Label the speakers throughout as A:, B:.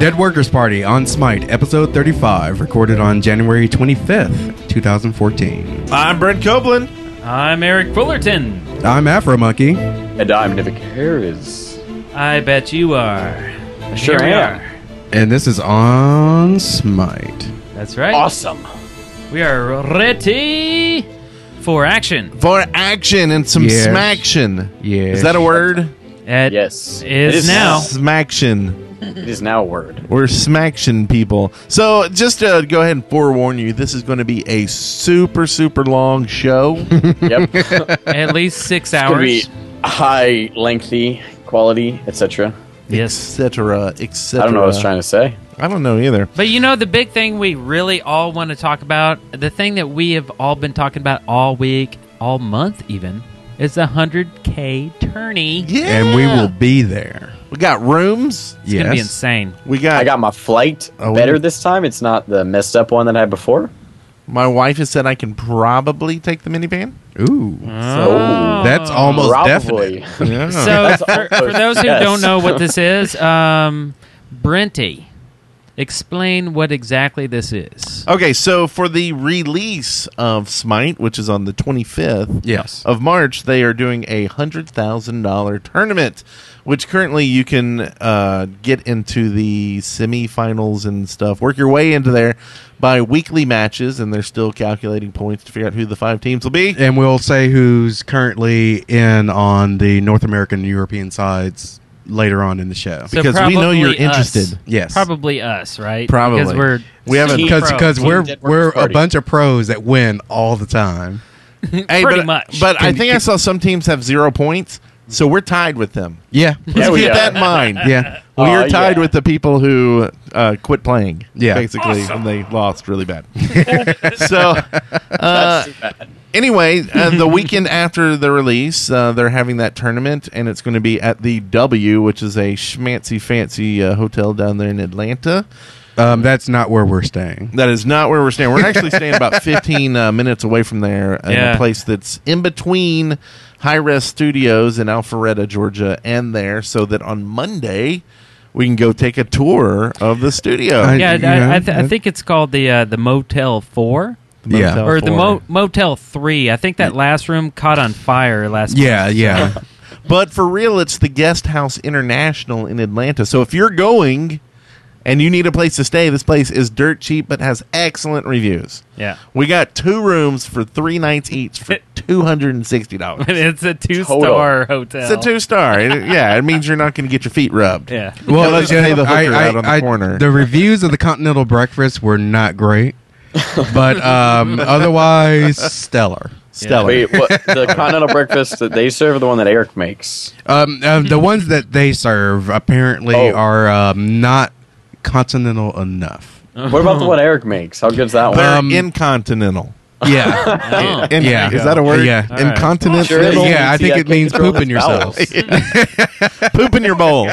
A: Dead Workers Party on Smite, episode 35, recorded on January 25th, 2014.
B: I'm Brent Copeland.
C: I'm Eric Fullerton.
A: I'm Afro Monkey.
D: And I'm Nivik Harris.
C: I bet you are. And
D: Sure
C: here we
D: am.
C: are.
A: And this is on Smite.
C: That's right.
D: Awesome.
C: We are ready for action.
B: For action and some
A: Yes.
B: smaction.
A: Yes. Oh.
B: Is that a word?
C: It
D: Yes.
C: is now.
B: Smaction.
D: It is now a word.
B: We're smaction people. So just to go ahead and forewarn you, this is going to be a super, super long show.
D: Yep. Could
C: at least six
D: be
C: hours.
D: high, lengthy, quality, etc.
C: Yes.
B: etc. etc.
D: I don't know what I was trying to say.
B: I don't know either.
C: But you know, the big thing we really all want to talk about, the thing that we have all been talking about all week, all month even, is the 100K tourney.
B: Yeah.
A: And we will be there.
B: We got rooms.
C: It's going to be insane.
B: We got,
D: I got my flight
B: Oh, we-
D: better this time. It's not the messed up one that I had before.
B: my wife has said I can probably take the minivan.
A: Ooh.
D: So
A: That's almost
D: probably.
A: definite.
B: Yeah.
C: Oh. So, for,
D: almost-
C: for those who
D: yes.
C: don't know what this is, um, Brenty, explain what exactly this is.
B: Okay, so for the release of Smite, which is on the 25th
A: Yes.
B: of March, they are doing a $100,000 tournament, which currently you can uh, get into the semifinals and stuff, work your way into there by weekly matches, and they're still calculating points to figure out who the five teams will be.
A: And we'll say who's currently in on the North American and European sides later on in the show.
C: So
B: Because we know you're
C: probably us.
B: interested.
A: Yes.
C: Probably us, right?
B: Probably.
C: Because we're
B: We haven't-
C: team
A: Because
C: pros.
A: because we're
D: Dead Workers
A: we're a
D: Party.
A: bunch of pros that win all the time.
B: Hey,
C: pretty
B: but, uh,
C: much.
B: But I think I saw some teams have zero points, so we're tied with them.
A: Yeah.
D: Yeah, we
B: Keep
D: are.
B: that in mind.
A: yeah.
B: We are
D: Aw,
B: tied
D: yeah.
B: with the people who uh, quit playing.
A: Yeah.
B: basically, and they lost really bad. so, uh, anyway, uh, the weekend after the release, uh, they're having that tournament, and it's going to be at the W, which is a schmancy fancy uh, hotel down there in Atlanta.
A: Um, that's not where we're staying.
B: That is not where we're staying. We're actually staying about 15 uh, minutes away from there in
C: Yeah.
B: a place that's in between High Rest Studios in Alpharetta, Georgia, and there, so that on Monday we can go take a tour of the studio.
A: I-
C: Yeah,
A: Yeah.
C: I, I, th- I think it's called the uh, the Motel Four
A: Yeah.
B: Motel
C: or the
B: four.
C: Mo- Motel Three. I think that last room caught on fire last.
A: Yeah, yeah.
B: But for real, it's the Guest House International in Atlanta. So if you're going and you need a place to stay, this place is dirt cheap but has excellent reviews.
C: yeah.
B: We got two rooms for three nights each for two hundred and sixty dollars.
C: it's a two star hotel.
B: It's a two star. It- yeah, it means you're not going to get your feet rubbed.
C: Yeah.
B: Well, let's pay the hooker out on the corner.
A: the reviews of the Continental Breakfast were not great, but um, otherwise stellar.
B: Stellar.
D: Wait, what, the continental breakfast that they serve, or the one that Eric makes.
A: Um, um, the ones that they serve apparently
D: Oh.
A: are um, not continental enough.
D: What about the one Eric makes? How good's that one?
B: They're
A: Um,
B: incontinental.
A: Yeah,
C: Oh.
B: In-
A: Yeah.
B: Is that a word?
A: Yeah.
C: All right.
B: Incontinental.
D: Sure is.
A: yeah. I
D: See,
A: think
D: I
A: it
D: can't
A: means
D: control
A: pooping
D: this
A: yourself.
B: Poop in your bowl.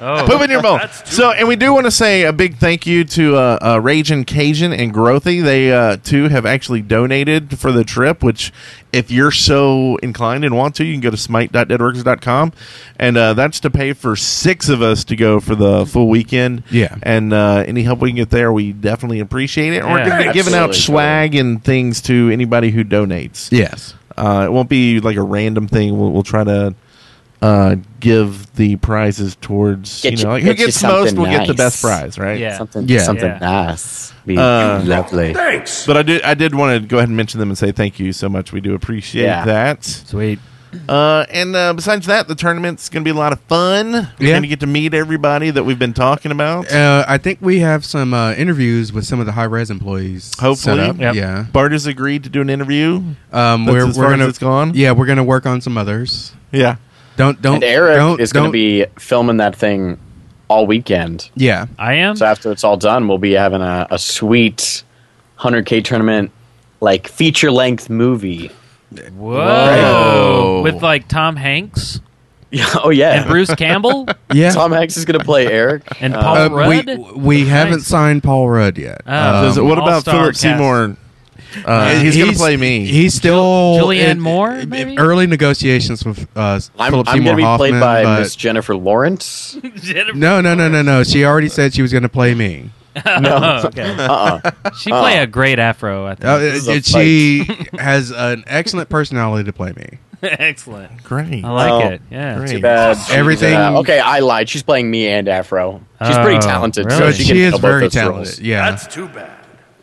C: Oh.
B: Poop in your bowl. So, and we do want to say a big thank you to uh, uh, Raging Cajun and Growthy. They uh, too have actually donated for the trip. Which, if you're so inclined and want to, you can go to smite.deadworkers.com, and uh, that's to pay for six of us to go for the full weekend.
A: Yeah.
B: And uh, any help we can get there, we definitely appreciate it. And We're
C: Yeah.
B: gonna be giving out
D: Absolutely.
B: swag and things to anybody who donates.
A: Yes.
B: Uh, it won't be like a random thing. We'll, we'll try to uh, give the prizes towards
D: Get
B: you
D: you-
B: know like,
D: get
B: who
D: you
B: gets the most
D: something
B: will get the
D: nice.
B: best prize, right?
C: Yeah.
D: Something,
A: Yeah.
D: something
C: Yeah.
D: nice. Be
B: Uh,
D: lovely.
B: But I did I did want to go ahead and mention them and say thank you so much. We do appreciate
D: Yeah.
B: that.
C: Sweet.
B: Uh, and uh, besides that, the tournament's going to be a lot of fun. We're
A: Yeah.
B: going to get to meet everybody that we've been talking about.
A: Uh, I think we have some uh, interviews with some of the high res employees. set
B: Hopefully.
A: up.
C: Yep.
A: yeah.
B: Bart has agreed to do an interview.
A: Um,
B: That's
A: we're
B: as
A: we're
B: far as
A: gonna
B: it's gone?
A: Yeah, we're gonna work on some others.
B: Yeah.
A: Don't don't
D: and Eric
A: don't,
D: is going to
A: don't-
D: be filming that thing all weekend.
A: yeah
C: I am.
D: So after it's all done, we'll be having a, a sweet 100K tournament, like feature length movie.
C: Whoa.
B: Whoa.
C: With like Tom Hanks
D: Yeah, oh, yeah.
C: and Bruce Campbell
A: yeah.
D: Tom Hanks is going to play Eric.
C: and
D: Uh,
C: Paul
A: Uh,
C: Rudd.
A: we we haven't signed Paul Rudd yet.
C: Oh.
B: Does it-
A: Um,
B: what about
C: all-star
B: Philip
C: cast.
B: Seymour? Uh, he's, gonna play me.
A: He's still
C: Jul- Julianne Moore, maybe?
A: Early negotiations with uh,
D: I'm,
A: Philip
D: I'm
A: Seymour
D: going to be
A: Hoffman.
D: played by
A: but-
D: Miss Jennifer Lawrence.
C: Jennifer
A: no, no, no,
C: Lawrence.
A: no, no. She already said she was going to play me.
D: No,
C: okay.
D: uh-uh.
C: She played a great afro. I think.
A: Uh,
D: This is a
A: it- she has an excellent personality to play me.
C: Excellent.
B: Great.
C: I like
D: Oh,
C: it. Yeah.
B: great.
D: Too bad. she's,
A: Everything-
D: uh, okay, I lied. She's playing me and Afro. She's pretty
C: Oh,
D: talented.
C: really?
A: So
D: So
C: But
A: she,
D: can
A: is
D: fill both
A: very
D: those
A: talented.
D: roles.
A: Yeah.
E: too bad.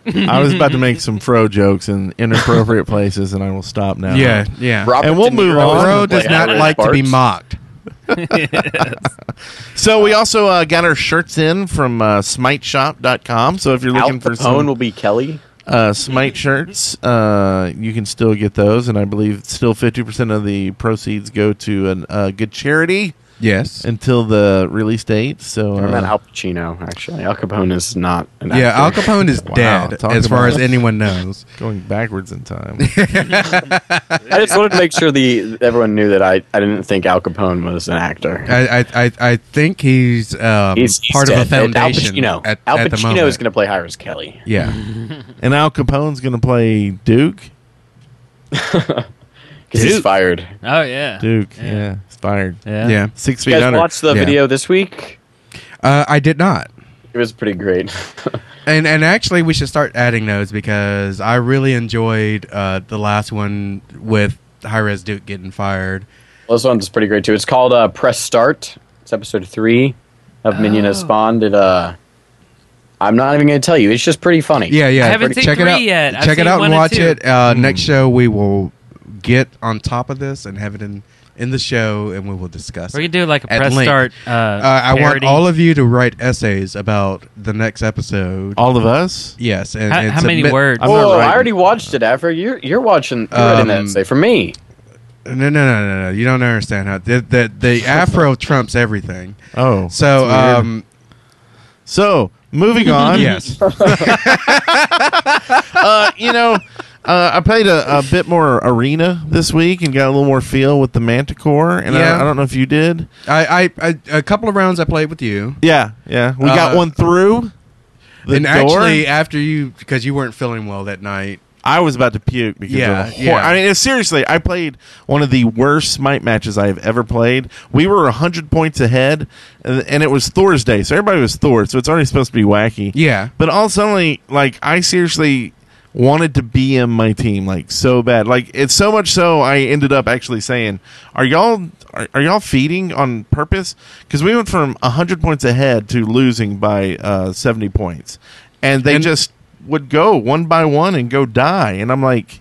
B: I was about to make some fro jokes in inappropriate places, and I will stop now.
A: yeah, yeah.
D: Robert
B: And we'll
D: De
B: move
D: Niro
B: on.
D: is gonna
A: Bro does
D: play
A: not
D: Howard
A: like to be
D: Sparks.
A: mocked.
B: So we also uh, got our shirts in from uh, SmiteShop.com. So if you're
D: Al
B: looking for
D: Capone
B: some
D: will be Kelly.
B: uh, Smite shirts, uh, you can still get those, and I believe still 50% of the proceeds go to an- a good charity
A: Yes.
B: until the release date. So
D: I meant
B: uh,
D: Al Pacino. Actually, Al Capone is not. An
A: yeah, Al
D: actor.
A: Capone is
B: Wow,
A: dead
B: talk
A: as far
B: about-
A: as anyone knows.
B: going backwards in time.
D: I just wanted to make sure the everyone knew that I, I didn't think Al Capone was an actor.
A: I, I, I, I think he's, um,
D: he's, he's
A: part
D: dead.
A: of a foundation.
D: Al Pacino.
A: At,
D: Al
A: at the
D: Pacino
A: moment.
D: is going to play Hiris Kelly.
A: Yeah.
B: and Al Capone's going to play Duke.
D: Because he's
C: Dude.
D: fired.
C: Oh yeah.
B: Duke, yeah, it's fired.
C: Yeah.
A: Yeah.
B: Six
D: You
B: feet
D: guys
B: under.
D: watched the
A: Yeah.
D: video this week?
A: Uh, I did not.
D: It was pretty great.
A: And and actually, we should start adding those because I really enjoyed uh, the last one with High Res Duke getting fired.
D: Well, this one's pretty great too. It's called uh, Press Start. It's episode three of Minion has spawned. It, uh, I'm not even going to tell you. It's just pretty funny.
A: Yeah, yeah.
C: I haven't seen
A: check it
C: three
A: out.
C: yet. I've
A: check
C: seen
A: it out
C: one
A: and
C: and
A: watch
C: two.
A: it. Uh,
B: Mm-hmm.
A: Next show, we will get on top of this and have it in, in the show, and we will discuss.
C: We're gonna
A: it.
C: do like a
A: At
C: press
A: length.
C: start. Uh,
A: Uh, I want
C: parody.
A: all of you to write essays about the next episode.
B: All of us.
A: yes, and,
C: How-
A: and
C: how many
A: submit-
C: words?
B: I'm not
D: Whoa, I
B: writing.
D: already watched it, Afro. You're, you're watching you're writing that
A: Um,
D: essay for me.
A: No, no, no, no, no. You don't understand how the the, the afro trumps everything.
B: Oh,
A: So,
B: that's weird.
A: um,
B: so moving on.
A: yes,
B: uh, you know, uh, I played a, a bit more arena this week and got a little more feel with the Manticore. And
A: Yeah.
B: I, I don't know if you did.
A: I, I, I a couple of rounds I played with you.
B: Yeah, yeah. We got
A: Uh,
B: one through the
A: and
B: door.
A: actually, after you, because you weren't feeling well that night.
B: I was about to puke because
A: Yeah,
B: of the hor-
A: yeah.
B: I mean, it's- seriously, I played one of the worst smite matches I have ever played. We were 100 points ahead, and, and it was Thor's day, so everybody was Thor, so it's already supposed to be wacky.
A: Yeah.
B: But all suddenly, like, I seriously wanted to BM my team, like, so bad. Like, it's so much so I ended up actually saying, Are y'all. Are, are y'all feeding on purpose? Because we went from 100 points ahead to losing by uh, 70 points. And they
A: And-
B: just would go one by one and go die. And I'm like,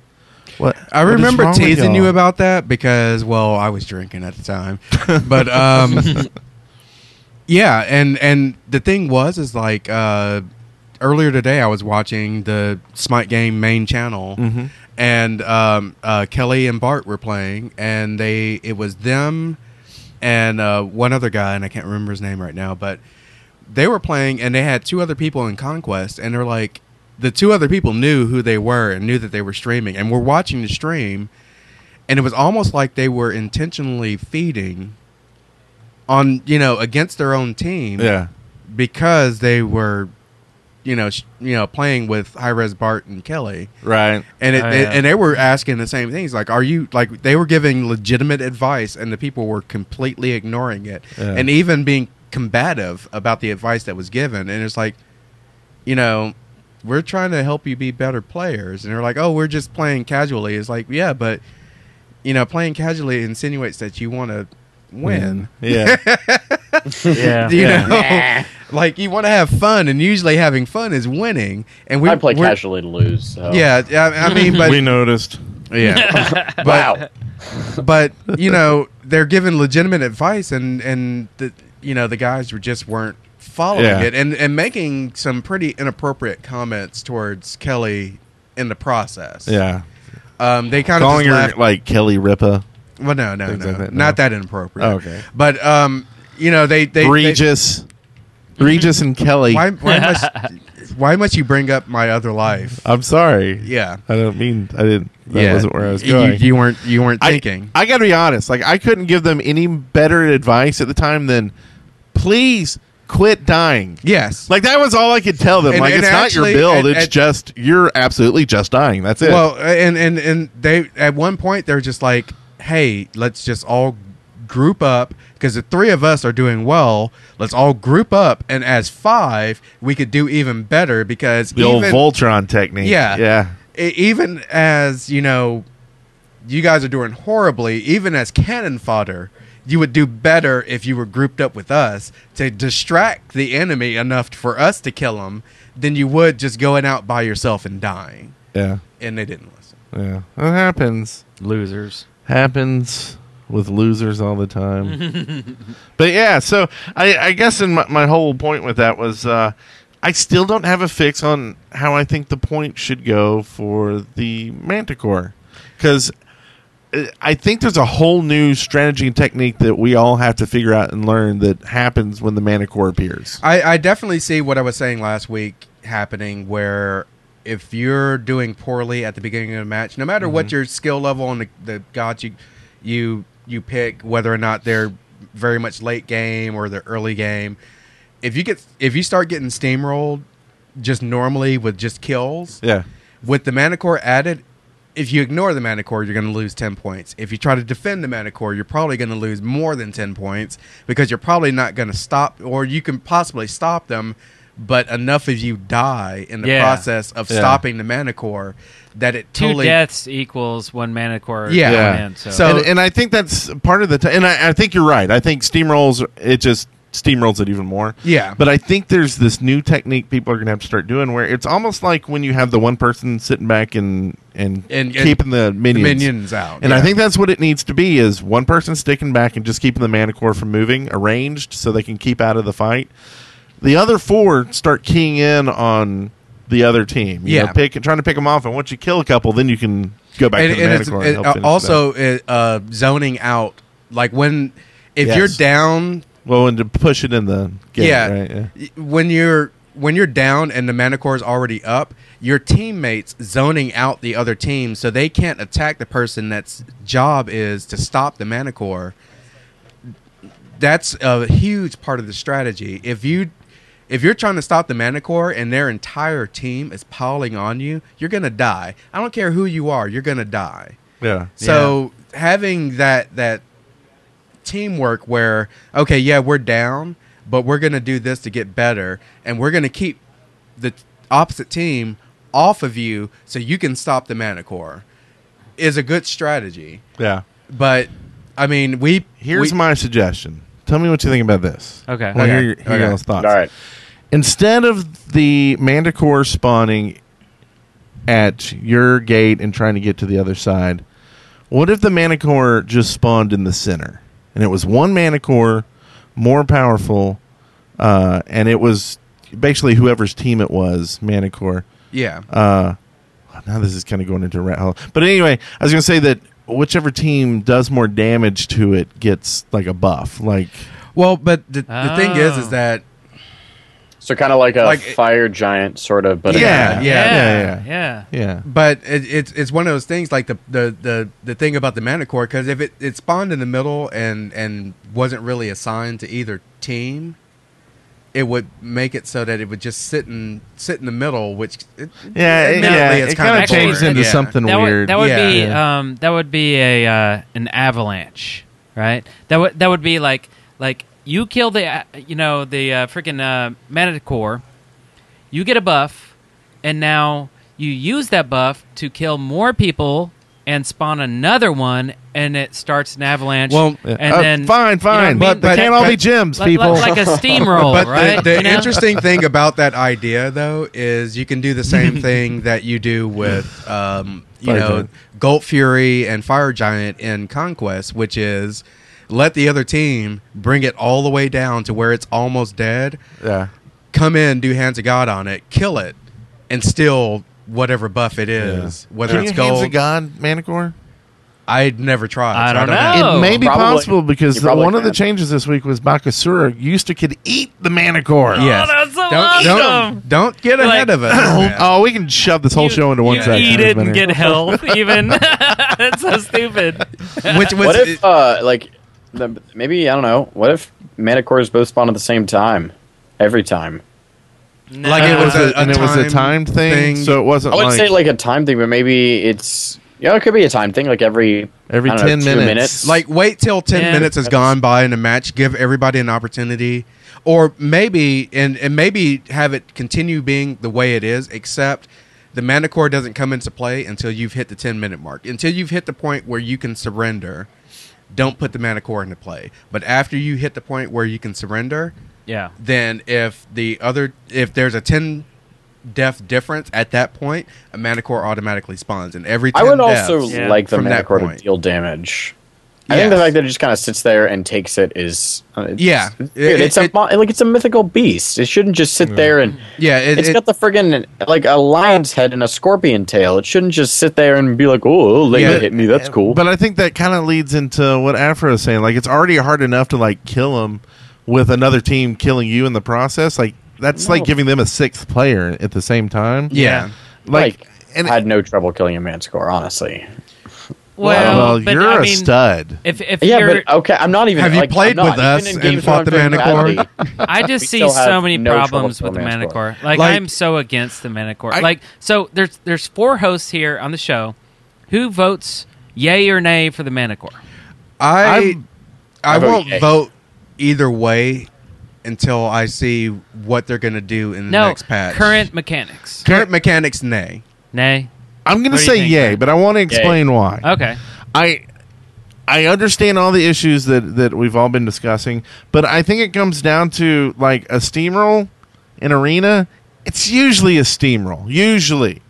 B: what?
A: I
B: what is
A: remember
B: wrong with
A: teasing you
B: y'all?
A: about that because, well, I was drinking at the time, but um, yeah, and and the thing was is like uh, earlier today I was watching the Smite Game main channel,
B: Mm-hmm.
A: and um, uh, Kelly and Bart were playing, and they it was them and uh, one other guy, and I can't remember his name right now, but they were playing and they had two other people in conquest and they're like the two other people knew who they were and knew that they were streaming and were watching the stream and it was almost like they were intentionally feeding on you know against their own team
B: Yeah.
A: because they were you know sh- you know playing with high res bart and kelly
B: Right.
A: and it,
C: Oh, yeah.
A: and they were asking the same things like are you like they were giving legitimate advice and the people were completely ignoring it
B: Yeah.
A: and even being combative about the advice that was given and it's like you know we're trying to help you be better players and they're like oh we're just playing casually it's like yeah but you know playing casually insinuates that you want to win
B: Yeah.
C: Mm. yeah.
A: you
B: Yeah.
A: know like you want to have fun and usually having fun is winning and we
D: I play
A: we're-
D: casually to lose. So.
A: yeah I, I mean but
B: we noticed.
A: yeah but
D: Wow.
A: but you know they're giving legitimate advice and and the you know the guys were just weren't following
B: Yeah.
A: it and and making some pretty inappropriate comments towards kelly in the process
B: Yeah.
A: um they kind of
B: Calling
A: just
B: her
A: laughed.
B: like Kelly Ripa,
A: well no no
B: things
A: no,
B: like that, no.
A: not that inappropriate
B: Oh, okay.
A: but um you know they they, they
B: Regis, Regis and Kelly.
A: why, why must why must you bring up my other life
B: I'm sorry.
A: yeah
B: I don't mean I didn't. Uh, That
A: yeah
B: wasn't where I was
A: You-
B: going.
A: you, weren't you weren't
B: I-
A: thinking
B: I, gotta be honest. Like I couldn't give them any better advice at the time than, please quit dying.
A: Yes.
B: Like that was all I could tell them.
A: And-
B: like
A: and
B: it's
A: actually-
B: not your build.
A: and-
B: it's
A: and-
B: just you're absolutely just dying. That's it.
A: Well, and and and they at one point they're just like, "Hey, let's just all group up because the three of us are doing well. Let's all group up, and as five, we could do even better because
B: the old
A: even-
B: Voltron technique.
A: Yeah.
B: Yeah.
A: e- even as you know, you guys are doing horribly. Even as cannon fodder." You would do better if you were grouped up with us to distract the enemy enough for us to kill them than you would just going out by yourself and dying.
B: Yeah.
A: And they didn't listen.
B: Yeah. It happens.
C: Losers.
B: happens with losers all the time. but yeah, so I, I guess in my, my whole point with that was uh, I still don't have a fix on how I think the point should go for the Manticore because I think there's a whole new strategy and technique that we all have to figure out and learn that happens when the Manticore appears.
A: I, I definitely see what I was saying last week happening where if you're doing poorly at the beginning of the match, no matter what your skill level and the, the gods you you you pick, whether or not they're very much late game or they're early game, if you get if you start getting steamrolled just normally with just kills,
B: Yeah.
A: with the Manicore added, if you ignore the Manicore, you're going to lose 10 points. If you try to defend the Manicore, you're probably going to lose more than 10 points because you're probably not going to stop, or you can possibly stop them, but enough of you die in the
C: Yeah.
A: process of
B: Yeah.
A: stopping the Manicore that it
C: Two
A: totally.
C: deaths equals one manicore.
A: Yeah.
C: going
B: Yeah.
C: in, Oh, so.
A: So-
B: and, and I think that's part of the. T- and I, I think you're right. I think steamrolls it just steamrolls it even more.
A: Yeah.
B: But I think there's this new technique people are going to have to start doing where it's almost like when you have the one person sitting back and and,
A: And- and
B: keeping the minions.
A: minions out,
B: And I
A: yeah.
B: think that's what it needs to be is one person sticking back and just keeping the manicore from moving arranged so they can keep out of the fight. The other four start keying in on the other team. You
A: Yeah.
B: know, pick trying to pick them off and once you kill a couple then you can go back
A: and,
B: to the
A: and it's,
B: manicore and
A: it-
B: help finish them.
A: also uh, uh, zoning out, like when. If you're
B: Yes.
A: down
B: Well, and to push it in the gate,
A: yeah.
B: right? Yeah.
A: Y- When you're when you're down and the manicore is already up, your teammates zoning out the other team so they can't attack the person that's job is to stop the manicore. That's a huge part of the strategy. If you if you're trying to stop the manicore and their entire team is piling on you, you're gonna die. I don't care who you are, you're gonna die.
B: Yeah.
A: So having that that teamwork where okay, yeah, we're down, but we're going to do this to get better and we're going to keep the t- opposite team off of you so you can stop the manicore is a good strategy.
B: Yeah.
A: But I mean, we
B: Here's
A: we-
B: my suggestion. Tell me what you think about this.
C: Okay.
B: I want to hear, your,
A: Okay.
B: hear
A: Okay.
B: your guys'
D: All
B: thoughts.
D: right.
B: Instead of the manticore spawning at your gate and trying to get to the other side, what if the manticore just spawned in the center and it was one manticore more powerful, uh, and it was basically whoever's team it was, manticore.
A: yeah.
B: uh now this is kind of going into a rat hole but anyway i was going to say that whichever team does more damage to it gets like a buff like
A: Well, but the, the thing is
C: Oh.
A: is that
D: So kind of like a
A: Like-
D: fire giant, sort of. But
B: yeah yeah yeah
C: yeah.
B: yeah,
C: yeah.
B: Yeah.
A: but it, it's it's one of those things like the the the, the thing about the manicore because if it, it spawned in the middle and and wasn't really assigned to either team it would make it so that it would just sit in sit in the middle which it,
B: Yeah, it,
A: admittedly,
B: yeah,
A: it's
B: it kind
A: kinda
B: of changed
A: boring.
B: into
A: Yeah.
B: something
C: that
B: weird.
C: Would, that would
A: Yeah.
C: be
B: Yeah.
C: um, that would be a uh, an avalanche, right? That would that would be like like you kill the uh, you know the uh, freaking uh, manticore, you get a buff, and now you use that buff to kill more people and spawn another one, and it starts an avalanche.
A: Well,
B: Yeah.
C: and
B: Uh,
C: then
B: fine,
C: what I
B: fine,
C: mean?
B: but they
C: Like-
B: can't all be
C: like-
B: gyms,
C: like-
B: people.
C: Like, a steamroll,
A: but
C: right?
A: the, the
C: You know?
A: interesting thing about that idea though is you can do the same thing that you do with um, you
B: Fire
A: know
B: Giant.
A: Gold Fury and Fire Giant in Conquest, which is let the other team bring it all the way down to where it's almost dead
B: yeah,
A: come in, do hands of God on it, kill it, and still whatever buff it is, whether
B: Can
A: it's
B: you hands
A: gold.
B: of God Manicore?
A: I'd never tried.
C: I
A: so
C: don't know. Oh,
B: it may be
D: probably.
B: possible because
D: You
B: the,
D: probably
B: one of the
D: can.
B: changes this week was Bakasura used to could eat the Manicore.
A: Yes.
C: Oh, that's so
A: don't,
C: awesome.
A: Don't, don't get
C: Like-
A: ahead of it. man.
B: Oh, we can shove this whole
C: You-
B: show into one
C: you
B: section.
C: Eat
B: There's
C: it and
B: many-
C: get health. Even that's so stupid.
A: Which was
D: what if uh, like the, maybe I don't know. What if manticores both spawn at the same time? every time.
C: No.
A: Like,
B: it was
A: Uh,
B: a, and it was a
A: timed
B: timed thing,
A: thing.
B: so it wasn't
D: I wouldn't
B: like,
D: say like a time thing, but maybe it's yeah, it could be a time thing, like every
B: every
D: I don't know,
B: ten
D: two
B: minutes.
D: minutes.
A: Like wait till ten
C: Yeah.
A: minutes has gone by in a match, give everybody an opportunity, or maybe and and maybe have it continue being the way it is, except the manticore doesn't come into play until you've hit the ten minute mark, until you've hit the point where you can surrender. Don't put the manticore into play, but after you hit the point where you can surrender,
C: yeah.
A: then if the other if there's a 10 death difference at that point a manticore automatically spawns and every 10
D: I would
A: deaths-
D: also
C: Yeah.
D: like the
A: from that
D: manticore to
A: point.
D: deal damage. I think the
A: Yes.
D: fact that it just kind of sits there and takes it is uh, it's,
A: Yeah.
D: it's,
A: It-
D: weird. it's
A: it-
D: a mo- like it's a mythical beast. It shouldn't just sit there and
A: yeah it,
D: It's
A: it-
D: got the friggin' like a lion's head and a scorpion tail. It shouldn't just sit there and be like, "Oh, lady
A: Yeah.
D: hit me. That's cool."
B: But I think that kind of leads into what Afro is saying. Like, it's already hard enough to like kill them with another team killing you in the process. Like, that's like
D: No.
B: giving them a sixth player at the same time.
A: yeah,
B: like,
D: like,
B: and
D: I had no trouble killing a manticore, honestly.
C: Well,
B: well,
C: but
B: you're
C: I
B: a
C: mean,
B: stud.
C: If if
D: Yeah,
C: you're,
D: but uh, okay, I'm not even.
A: Have you
D: like,
A: played
D: I'm not,
A: with us
D: even in
A: and
D: games
A: fought
D: where
A: the
D: I'm doing
A: manticore?
D: gravity.
C: I just
D: We
C: see
D: still
C: so
D: have
C: many
D: no trouble
C: problems with
D: with
C: the
D: Manticore.
C: manticore. Like,
A: Like-
C: I'm so against the manticore.
A: I-
C: like so there's there's four hosts here on the show who votes yay or nay for the manticore.
A: i
B: I'm-
A: i,
D: I vote
A: won't
D: yay.
A: vote either way until i see what they're going to do in the
C: No,
A: next patch
C: current mechanics.
A: current mechanics nay
C: Nay.
B: I'm gonna
C: What do you
B: say
C: think,
B: yay,
C: Matt?
B: but I want to explain why.
C: Okay.
B: I I understand all the issues that that we've all been discussing, but I think it comes down to like a steamroll, an arena. It's usually a steamroll. Usually,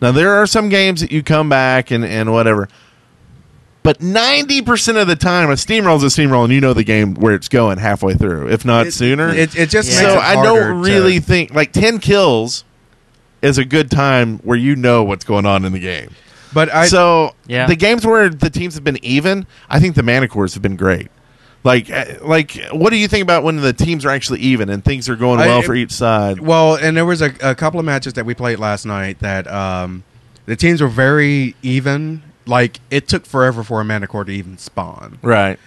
B: now there are some games that you come back and and whatever. But ninety percent of the time, a steamroll is a steamroll, and you know the game where it's going halfway through, if not
A: It-
B: sooner.
A: it, it just
C: Yeah.
A: makes it
B: so I
A: harder
B: don't
A: to-
B: really think like ten kills is a good time where you know what's going on in the game
A: but i
B: so
C: Yeah.
B: the games where the teams have been even, I think the manicores have been great. Like, uh, like, what do you think about when the teams are actually even and things are going
A: I-
B: well for each side?
A: Well, and there was a, a couple of matches that we played last night that um, the teams were very even. Like it took forever for a manticore to even spawn,
B: Right.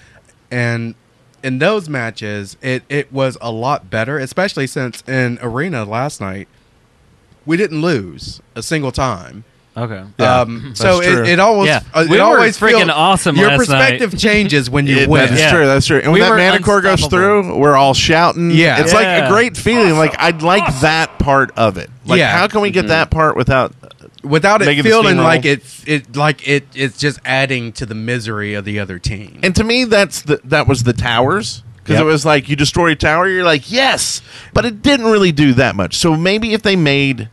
A: and in those matches, it it was a lot better. Especially since in arena last night, we didn't lose a single time.
C: Okay.
B: Yeah,
A: um,
B: that's
A: so
B: true.
A: it, it always
C: Yeah.
A: uh,
C: We
A: it
C: were
A: always
C: freaking
A: feels-
C: awesome
A: Your
C: last night.
A: perspective changes when you
B: It-
A: win.
B: That's
C: Yeah.
B: true. That's true. And when
C: We
B: that
C: were
B: manicore goes
C: unstoppable.
B: through, we're all shouting.
A: Yeah.
B: It's like
C: Yeah.
B: a great feeling. Like, I'd like that part of it. Like,
A: Yeah.
B: how can we
C: Mm-hmm.
B: get that part without.
A: Without it
B: Making the
A: feeling
B: steamroll.
A: like it, it like it, it's just adding to the misery of the other team.
B: And to me, that's the, that was the towers. Because
A: Yep.
B: it was like you destroy a tower, you're like, yes, but it didn't really do that much. So maybe if they made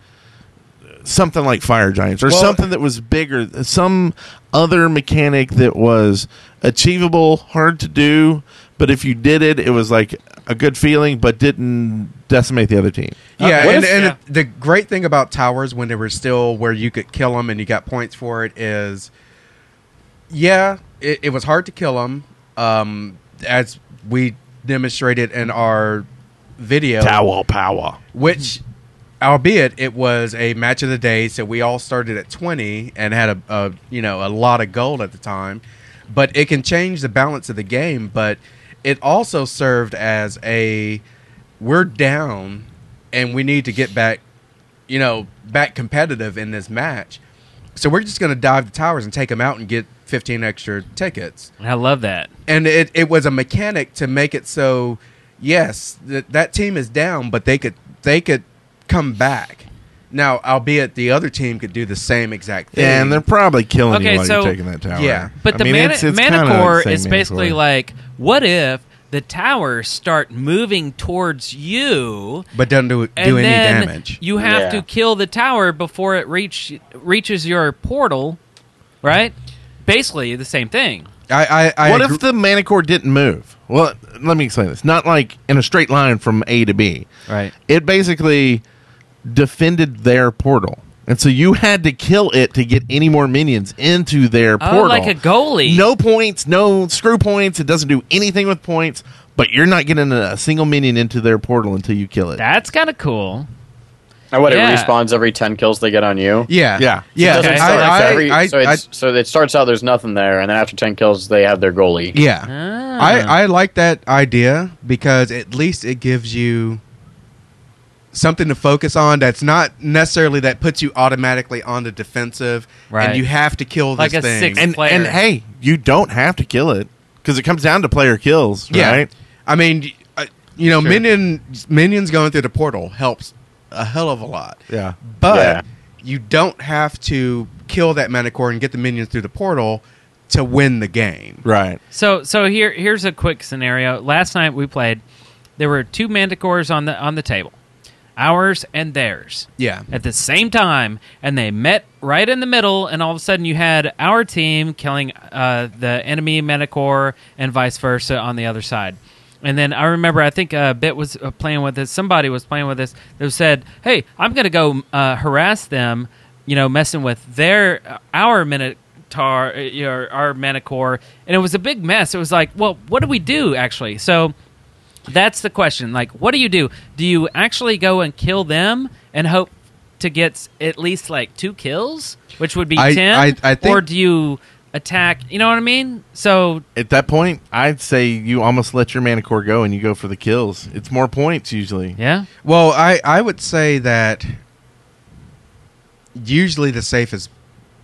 B: something like fire giants or
A: Well-
B: something that was bigger, some other mechanic that was achievable, hard to do, but if you did it, it was like a good feeling, but didn't decimate the other team.
A: Yeah,
D: What
A: and,
D: if-
A: and
C: yeah.
A: the great thing about towers when they were still where you could kill them and you got points for it is, yeah, it, it was hard to kill them, um, as we demonstrated in our video,
B: Tower power.
A: which, albeit it was a match of the day, so we all started at twenty and had a, a you know a lot of gold at the time, but it can change the balance of the game. But it also served as a we're down and we need to get back, you know, back competitive in this match. So we're just going to dive the towers and take them out and get 15 extra tickets.
C: I love that.
A: And it, it was a mechanic to make it so, yes, th- that team is down, but they could they could come back. Now, albeit the other team could do the same exact thing.
B: And they're probably killing you
C: Okay,
B: while
C: so-
B: you're taking that tower.
A: Yeah.
C: But
B: I
C: the
B: mean,
C: mani-
B: it's- it's kinda
C: manticore
B: the same
C: is basically
B: Manticore.
C: like, what if the towers start moving towards you?
A: but don't do,
C: And
A: do any
C: then
A: damage.
C: You have
D: Yeah.
C: to kill the tower before it reach reaches your portal, right? Basically, the same thing.
A: I, I, I
B: what
A: agree-
B: if the manicore didn't move? Well, let me explain this. Not like in a straight line from A to B.
C: Right.
B: It basically defended their portal. And so you had to kill it to get any more minions into their
C: Oh,
B: portal.
C: like a goalie.
B: No points, no screw points. It doesn't do anything with points, but you're not getting a single minion into their portal until you kill it.
C: That's kind of cool.
D: and what
C: Yeah.
D: it respawns every ten kills they get on you.
A: Yeah.
B: Yeah.
A: Yeah.
D: It doesn't
C: Okay.
D: start,
A: I-
D: so,
A: I-
D: every-
A: I-
D: so it's, so it starts out there's nothing there, and then after ten kills they have their goalie.
A: Yeah.
C: Ah.
A: I, I like that idea because at least it gives you something to focus on that's not necessarily that puts you automatically on the defensive
C: Right.
A: and you have to kill this
C: Like a
A: thing.
C: six-
B: and
C: player.
B: and hey, you don't have to kill it because it comes down to player kills,
A: yeah.
B: right?
A: I mean, uh, you know,
B: Sure.
A: minion minions going through the portal helps a hell of a lot.
B: Yeah,
A: But
D: Yeah.
A: you don't have to kill that manticore and get the minions through the portal to win the game.
B: right.
C: So so here here's a quick scenario. Last night we played. There were two manticores on the on the table, ours and theirs,
A: Yeah.
C: at the same time, and they met right in the middle. And all of a sudden, you had our team killing uh, the enemy manticore and vice versa on the other side. And then I remember, I think uh, Bit was uh, playing with this. Somebody was playing with this. They said, "Hey, I'm going to go uh, harass them." You know, messing with their uh, our minute tar uh, you know, our manicore and it was a big mess it was like well what do we do actually so that's the question like what do you do do you actually go and kill them and hope to get s- at least like two kills which would be
A: I-
C: 10
A: I- I think-
C: or do you attack you know what i mean so
B: At that point, I'd say you almost let your manicore go and you go for the kills. It's more points usually.
C: yeah
A: Well, I, I would say that usually the safest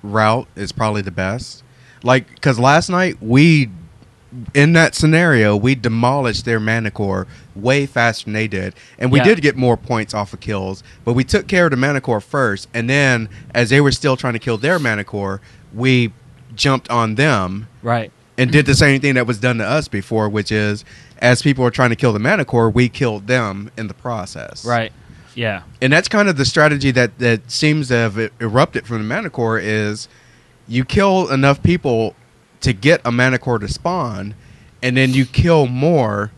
A: route is probably the best. Like, because last night we, in that scenario, we demolished their Manicore way faster than they did. And we
C: Yeah.
A: did get more points off of kills, but we took care of the Manicore first. And then, as they were still trying to kill their Manicore, we jumped on them
C: right
A: and did the same thing that was done to us before, which is as people were trying to kill the Manicore, we killed them in the process.
C: right yeah
A: And that's kind of the strategy that, that seems to have e- erupted from the Manicore is you kill enough people to get a Manicore to spawn, and then you kill more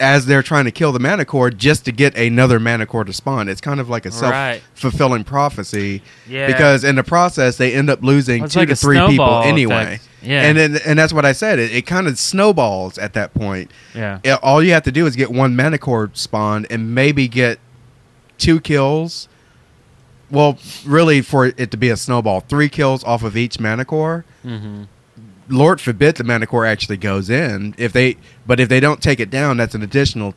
A: as they're trying to kill the Manicore just to get another Manicore to spawn. It's kind of like a
C: Right.
A: self-fulfilling prophecy
C: Yeah.
A: because in the process they end up losing
C: It's
A: two
C: like
A: to
C: a
A: three people
C: snowball
A: anyway.
C: effect. Yeah.
A: And then and that's what I said. It, it kind of snowballs at that point.
C: yeah
A: It- all you have to do is get one manicore spawned and maybe get two kills. Well, really, for it to be a snowball, three kills off of each manicore.
C: mm-hmm.
A: Lord forbid the manicore actually goes in. If they, but if they don't take it down, that's an additional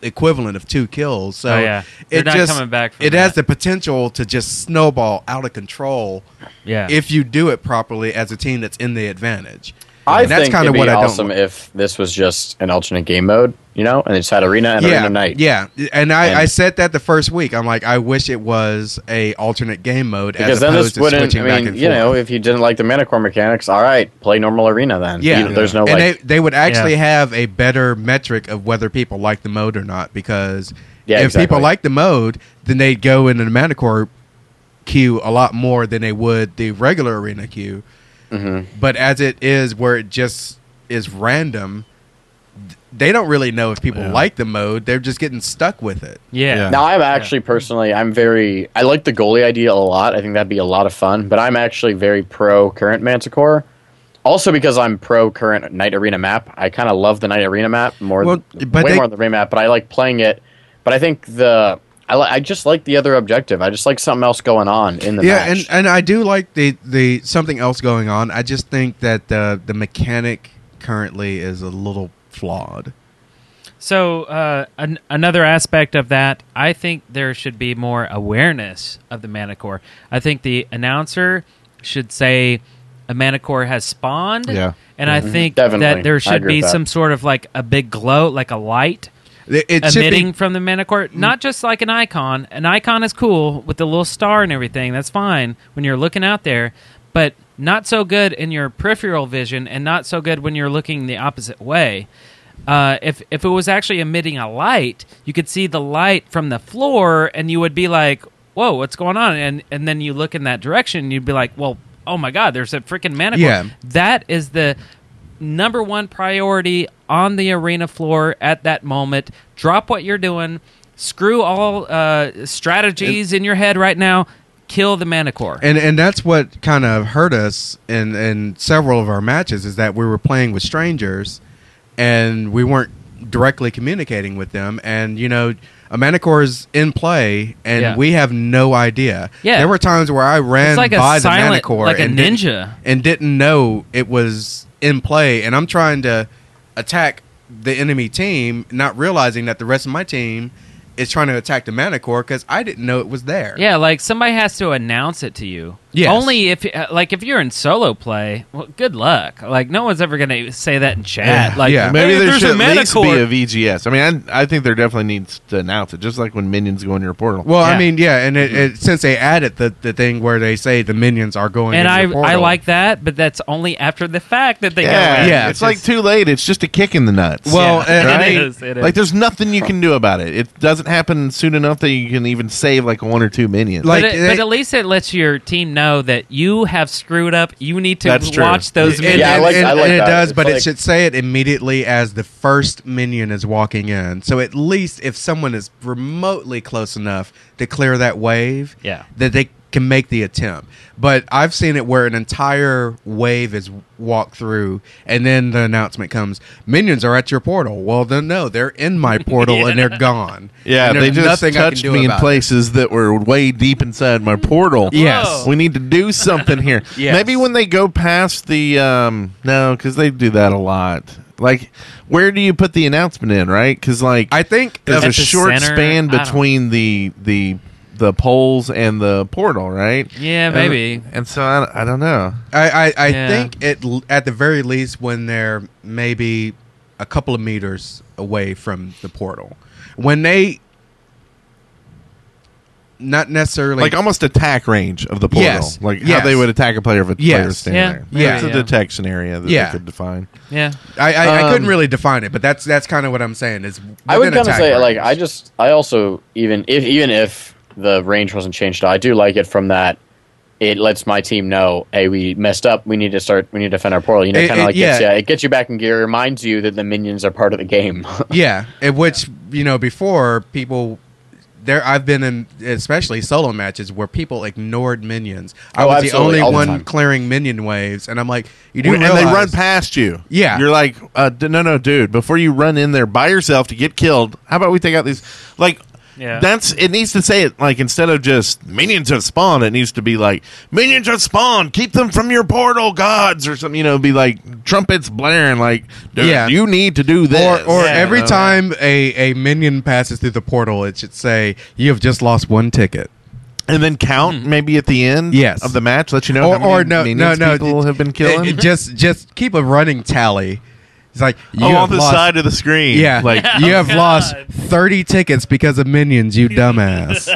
A: equivalent of two kills. So
C: oh yeah They're
A: it
C: not
A: just
C: coming back from
A: it has
C: that.
A: the potential to just snowball out of control
C: yeah
A: if you do it properly as a team that's in the advantage.
D: I
A: And that's
D: think
A: kinda
D: it'd be
A: what I don't
D: awesome
A: want.
D: if this was just an alternate game mode, you know, and they just had arena and
A: yeah,
D: arena night.
A: Yeah, and I,
D: And-
A: I said that the first week. I'm like, I wish it was a alternate game mode
D: Because
A: as
D: then this
A: opposed to
D: wouldn't.
A: switching
D: I
A: back
D: mean,
A: and
D: you
A: forth.
D: know, if you didn't like the manicore mechanics, all right, play normal arena then.
A: yeah,
D: You- there's no
A: and
D: like.
A: they they would actually have a better metric of whether people like the mode or not because
D: Yeah,
A: if
D: exactly.
A: people like the mode, then they'd go into the Manticore queue a lot more than they would the regular arena queue.
D: Mhm.
A: But as it is, where it just is random, th- they don't really know if people
B: Yeah.
A: like the mode. They're just getting stuck with it.
C: yeah,
B: Yeah.
D: Now I'm actually personally, I'm very. I like the goalie idea a lot. I think that'd be a lot of fun. But I'm actually very pro current Manticore. Also because I'm pro current Night Arena map. I kind of love the Night Arena map more,
A: Well, but
D: way
A: they-
D: more than the Arena map. But I like playing it. But I think the I, li- I just like the other objective. I just like something else going on in the
A: yeah,
D: match.
A: and and I do like the the something else going on. I just think that the the mechanic currently is a little flawed.
C: So uh, an- another aspect of that, I think there should be more awareness of the manicore. I think the announcer should say a manicore has spawned.
B: Yeah.
C: And I think
D: Definitely.
C: that there
D: I
C: should
D: agree
C: be
D: with that.
C: some sort of like a big glow, like a light
A: It, it should
C: emitting
A: be Mm.
C: from the manicore, not just like an icon. An icon is cool with the little star and everything. That's fine when you're looking out there, but not so good in your peripheral vision, and not so good when you're looking the opposite way. Uh, if if it was actually emitting a light, you could see the light from the floor, and you would be like, "Whoa, what's going on?" And and then you look in that direction, and you'd be like, "Well, oh my God, there's a freaking manicore."
A: Yeah.
C: That is the number one priority on the arena floor at that moment. Drop what you're doing. Screw all uh, strategies in your head right now. Kill the manicore.
A: and and that's what kind of hurt us in in several of our matches is that we were playing with strangers and we weren't directly communicating with them and you know a manicore is in play and
C: Yeah.
A: we have no idea
C: Yeah.
A: there were times where i ran
C: it's like
A: by
C: a silent,
A: the manicore
C: like a
A: and didn't-
C: ninja.
A: and didn't know it was in play and I'm trying to attack the enemy team not realizing that the rest of my team is trying to attack the Manticore because I didn't know it was there.
C: Yeah, like somebody has to announce it to you.
A: Yes.
C: Only if uh, like if you're in solo play, well, good luck. Like no one's ever gonna say that in chat.
A: Yeah,
C: like
A: yeah.
B: Maybe
C: "Hey,
B: there
C: there's
B: should
C: a
B: at least
C: manicore.
B: be a VGS. I mean, I, I think there definitely needs to announce it, just like when minions go in your portal.
A: Well,
C: Yeah. Mm-hmm.
A: I mean, yeah, and it, it, since they added the, the thing where they say the minions are going,
C: and
A: into
C: I
A: the portal,
C: I like that, but that's only after the fact that they go
B: yeah,
C: in.
A: yeah,
B: it's, like too late. It's just a kick in the nuts.
A: Well,
C: Yeah,
A: and-
C: it
B: right?
C: is, it is.
B: like there's nothing you can do about it. It doesn't happen soon enough that you can even save like one or two minions.
A: Like-
C: but, it-
A: they-
C: but at least it lets your team know that you have screwed up. You need to
B: That's true.
C: watch those
A: And-
C: videos.
D: Yeah, I
A: and-
D: like-
A: and-
D: I like
A: and it
D: that.
A: does,
D: It's
A: but it
D: like-
A: should say it immediately as the first minion is walking in. So at least if someone is remotely close enough to clear that wave,
C: Yeah.
A: that they can make the attempt. But I've seen it where an entire wave is walked through, and then the announcement comes: minions are at your portal. Well, then no, they're in my portal and they're gone.
B: yeah,
A: And
B: they
A: there's
B: just
A: nothing I can
B: touched
A: do
B: me in
A: about it.
B: places that were way deep inside my portal.
A: Yes.
C: Whoa.
B: We need to do something here.
A: Yes.
B: Maybe when they go past the um no, because they do that a lot. Like, where do you put the announcement in? Right? Because like
A: I think
B: there's
A: of-
B: a
C: At the
B: short
C: center?
B: span
C: I don't-
B: between the the the poles and the portal, right?
C: Yeah,
B: And-
C: maybe.
B: And, so I, I don't know.
A: I, I, I
C: Yeah.
A: think it l- at the very least when they're maybe a couple of meters away from the portal. When they not necessarily
B: Like almost attack range of the portal,
A: Yes.
B: like
A: Yes.
B: how they would attack a player if a
A: Yes.
B: player was standing
C: Yeah.
B: there. Maybe
A: Yeah.
B: it's a
C: Yeah.
B: detection area that
A: Yeah.
B: they could define.
C: Yeah,
A: I, I, I couldn't
B: um,
A: really define it, but that's that's kind of what I'm saying is
D: I would
A: within
D: kind of
A: attack
D: say like
A: range.
D: I just I also even if even if the range wasn't changed, I do like it from that. It lets my team know, hey, we messed up. We need to start. We need to defend our portal. You know,
A: It-
D: kind
A: it-
D: of like gets
A: yeah.
D: yeah. it gets you back in gear. Reminds you that the minions are part of the game.
A: yeah, and which you know before people there I've been in especially solo matches where people ignored minions. I
D: Oh,
A: was the
D: absolutely,
A: only
D: all the
A: one
D: time.
A: clearing minion waves, and I'm like, you do
B: and they
A: realize-
B: run past you.
A: Yeah.
B: you're like, uh, d- no, no, dude. Before you run in there by yourself to get killed, how about we take out these? Like,
C: Yeah.
B: that's it. Needs to say it like instead of just minions have spawned, it needs to be like minions have spawned. Keep them from your portal, gods, or something. You know, be like trumpets blaring, like, dude,
A: Yeah.
B: you need to do this.
A: Or, or
C: Yeah.
A: every
B: Uh,
A: time a, a minion passes through the portal, it should say, You have just lost one ticket.
B: and then count maybe at the end
A: Mm-hmm. Yes.
B: of the match, let you know
A: Or,
B: how many
A: or no, no,
B: minions
A: no.
B: people
A: it-
B: have been
A: it-
B: killing.
A: it just, just keep a running tally. It's like, you
B: oh,
A: have
B: on the
A: lost,
B: side of the screen,
A: Yeah.
B: like
A: you
C: Oh,
A: have
C: God.
A: lost 30 tickets because of minions, you dumbass.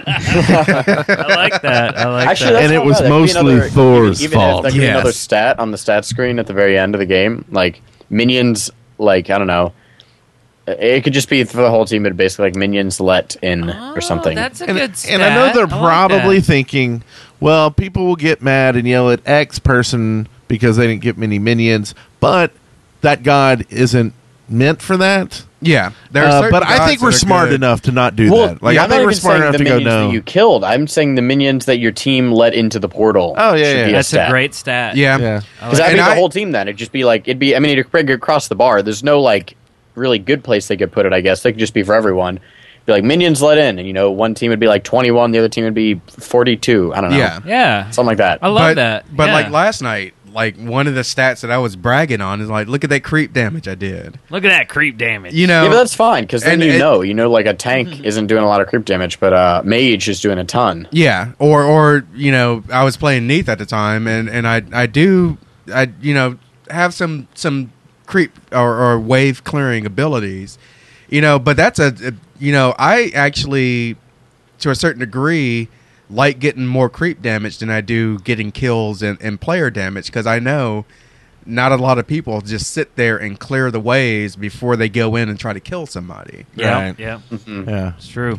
C: I like that. I like that.
D: Actually, that's
B: And it
D: not
B: was
D: bad. That could be
B: mostly
D: another-
B: Thor's
D: even, even
B: fault.
D: If that could be
A: Yes.
D: another stat on the stat screen at the very end of the game, like minions, like I don't know, it could just be for the whole team, but basically like minions let in or something.
C: Oh, That's a
B: and,
C: good.
B: and I know
C: stat.
B: they're
C: like
B: probably
C: that.
B: thinking, well, people will get mad and yell at X person because they didn't get many minions, but that god isn't meant for that.
A: yeah. There are
B: Uh,
A: certain
B: but I
A: gods
B: think
A: that
B: we're
A: are
B: smart
A: good.
B: enough to not do that. Like
D: yeah,
B: I
D: I'm not
B: think we're
D: even
B: smart
D: saying
B: enough
D: the
B: to go
D: minions
B: no.
D: That you killed. I'm saying the minions that your team let into the portal.
B: Oh, yeah,
D: should
B: yeah.
D: Be
C: that's
D: stat.
C: a great stat.
A: Yeah.
B: Yeah.
C: I
D: Because
C: like
D: that'd be
A: And
D: the
A: I-
D: whole team. Then it'd just be like it'd be. I mean, it'd break across the bar. There's no like really good place they could put it. I guess they could just be for everyone. Be like minions let in, and you know, one team would be like 21, the other team would be 42. I don't know.
A: Yeah.
C: Yeah,
D: something like that.
C: I love
A: but,
C: that.
A: But
C: Yeah.
A: like last night, like one of the stats that I was bragging on is like, Look at that creep damage I did.
C: look at that creep damage.
A: You know,
D: Yeah, but that's fine because then
A: And
D: you
A: it-
D: know, you know, like a
B: Hmm.
D: tank isn't doing a lot of creep damage, but uh, mage is doing a ton.
A: Yeah, or or you know, I was playing Neath at the time, and and I I do I you know have some some creep or, or wave clearing abilities, you know. But that's a, a- you know I actually to a certain degree like getting more creep damage than I do getting kills and, and player damage because I know not a lot of people just sit there and clear the waves before they go in and try to kill somebody.
C: yeah,
B: Right.
C: yeah,
B: Yeah.
C: it's true.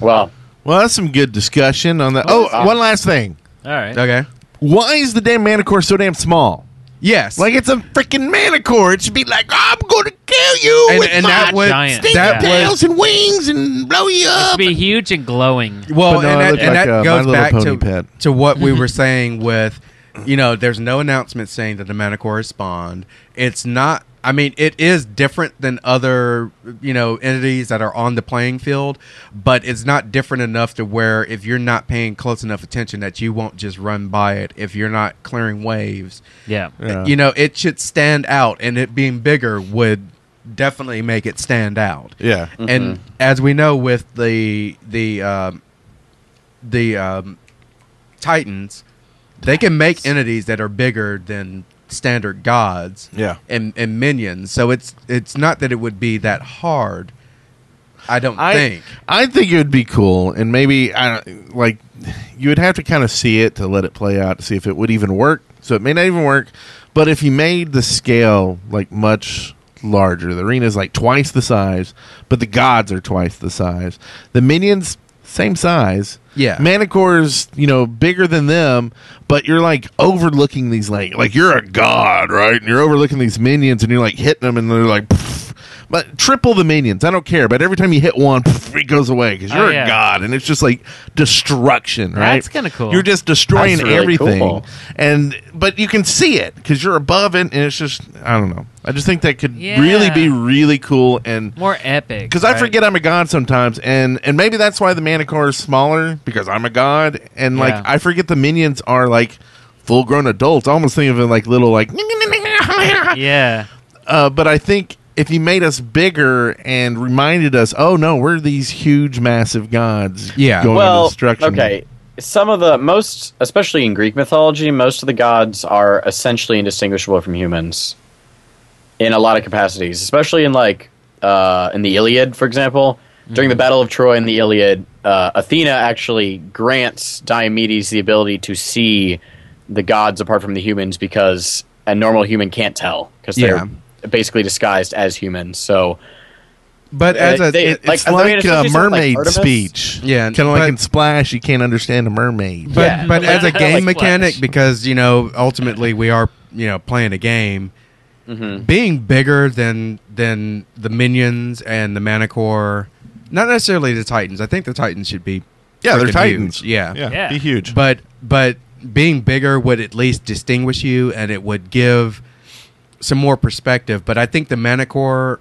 D: Well,
B: Well, that's some good discussion on that. Oh,
D: Oh,
B: one last thing.
C: All right.
A: Okay.
B: Why is the damn manicore so damn small?
A: Yes.
B: Like it's a freaking manicore. It should be like I'm going to kill you
A: and,
B: with
A: and
B: my
A: that was
C: giant.
A: that
C: Yeah.
A: was
B: tails and wings and blow you
C: It's
B: up.
C: be huge and glowing.
A: Well,
B: But no,
A: and
B: I
A: that,
B: look
A: and
B: like,
A: that
B: uh, My
A: goes
B: Little
A: back
B: Pony
A: to,
B: pet.
A: to what we were saying with, you know, there's no announcement saying that the Manticore is spawned. It's not. I mean, it is different than other, you know, entities that are on the playing field, but it's not different enough to where if you're not paying close enough attention that you won't just run by it if you're not clearing waves.
C: Yeah.
B: Yeah.
A: You know, it should stand out, and it being bigger would definitely make it stand out.
B: Yeah.
A: And
D: Mm-hmm.
A: as we know with the the um, the um, Titans, they can make entities that are bigger than standard gods
B: Yeah.
A: and, and minions. So it's it's not that it would be that hard. I don't think.
B: I think it would be cool, and maybe I don't- like you would have to kind of see it to let it play out to see if it would even work. So it may not even work, but if you made the scale like much larger, the arena is like twice the size, but the gods are twice the size. The minions same size.
A: Yeah.
B: Manicore's, you know, bigger than them, but you're like overlooking these like like you're a god, right? And you're overlooking these minions and you're like hitting them and they're like "Pff." but triple the minions. I don't care, but every time you hit one, pff, it goes away cuz
C: Oh,
B: you're
C: yeah.
B: a god and it's just like destruction, right?
C: That's kinda cool.
B: You're just destroying
D: That's really
B: everything.
D: cool.
B: And but you can see it cuz you're above it and it's just I don't know. I just think that could
C: Yeah.
B: really be really cool and
C: More epic.
B: because I
C: right?
B: forget I'm a god sometimes, and and maybe that's why the Manticore is smaller because I'm a god, and like
C: Yeah.
B: I forget the minions are like full grown adults. I almost think of it like little like,
C: Yeah.
B: uh, but I think if he made us bigger and reminded us, oh no, we're these huge massive gods,
A: Yeah.
B: going into
D: well,
B: destruction.
D: okay. Some of the most, especially in Greek mythology, most of the gods are essentially indistinguishable from humans in a lot of capacities, especially in like uh, in the Iliad, for example. During
B: Mm-hmm.
D: the Battle of Troy in the Iliad, uh, Athena actually grants Diomedes the ability to see the gods apart from the humans because a normal human can't tell because they're basically disguised as humans. So
A: But as
D: Uh,
A: a
D: they-
A: it-
D: like,
B: It's
D: I mean,
B: like
D: it's
B: a
D: actually sort of like
B: mermaid
D: Artemis.
B: speech,
A: uh, Yeah,
B: Kind of like
A: but-
B: in Splash, you can't understand a mermaid.
A: but
D: Yeah.
A: but as a game
C: Like
A: mechanic
C: Flash.
A: because you know ultimately we are you know playing a game being bigger than than the minions and the manicore not necessarily the titans i think the titans should be
B: yeah, they're
A: freaking
B: titans.
A: huge. yeah
B: yeah,
C: Yeah.
B: be huge.
A: but but being bigger would at least distinguish you and it would give some more perspective but i think the manicore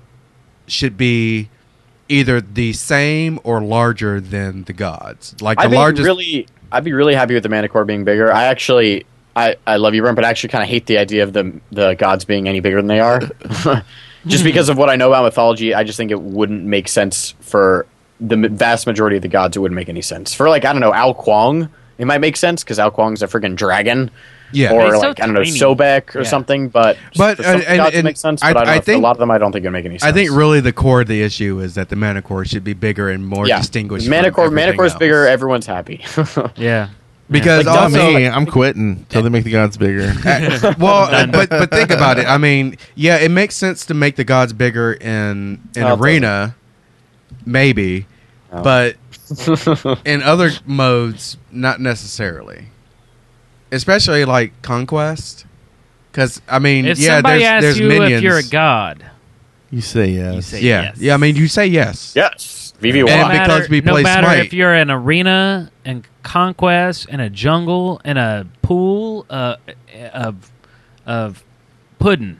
A: should be either the same or larger than the gods like the
D: I'd be
A: largest
D: really, I'd be really happy with the Manticore being bigger. I actually, I, I love you, Brent, but I actually kind of hate the idea of the the gods being any bigger than they are. just because of what I know about mythology, I just think it wouldn't make sense for the m- vast majority of the gods. It wouldn't make any sense for like I don't know Al Kwong. It might make sense because Al Kwong's a freaking dragon.
A: Yeah.
D: or
C: He's so
D: like I don't know
C: tiny.
D: Sobek or
C: Yeah.
D: something, but
A: But,
D: for some
A: uh, and-
D: gods it
A: and
D: makes sense.
A: I-
D: But I, don't
A: I
D: know, for
A: think-
D: a lot of them I don't think it would make any
A: I
D: sense.
A: think really the core of the issue is that the Manicore should be bigger and more distinguished. from
D: Manticore,
A: everything
D: Manticore's
A: else.
D: bigger. Everyone's happy.
C: Yeah.
A: because
D: Like,
B: Not
A: also,
B: me, I'm quitting till they make the gods bigger.
A: Uh, well, but but think about it. I mean, yeah, it makes sense to make the gods bigger in in
D: Oh, it
A: arena, maybe,
D: Oh.
A: but in other modes, not necessarily. Especially like conquest, because I mean,
C: If
A: yeah,
C: somebody
A: there's,
C: asks
A: there's
C: you
A: minions.
C: if you're a god,
B: You say yes.
C: You say
A: yeah,
C: yes.
A: yeah. I mean, you say yes.
D: yes, VV
A: And
C: no
A: because
C: matter,
A: we
C: no
A: play
C: matter
A: Smite.
C: if you're in arena and conquest in a jungle in a pool uh, of of pudding.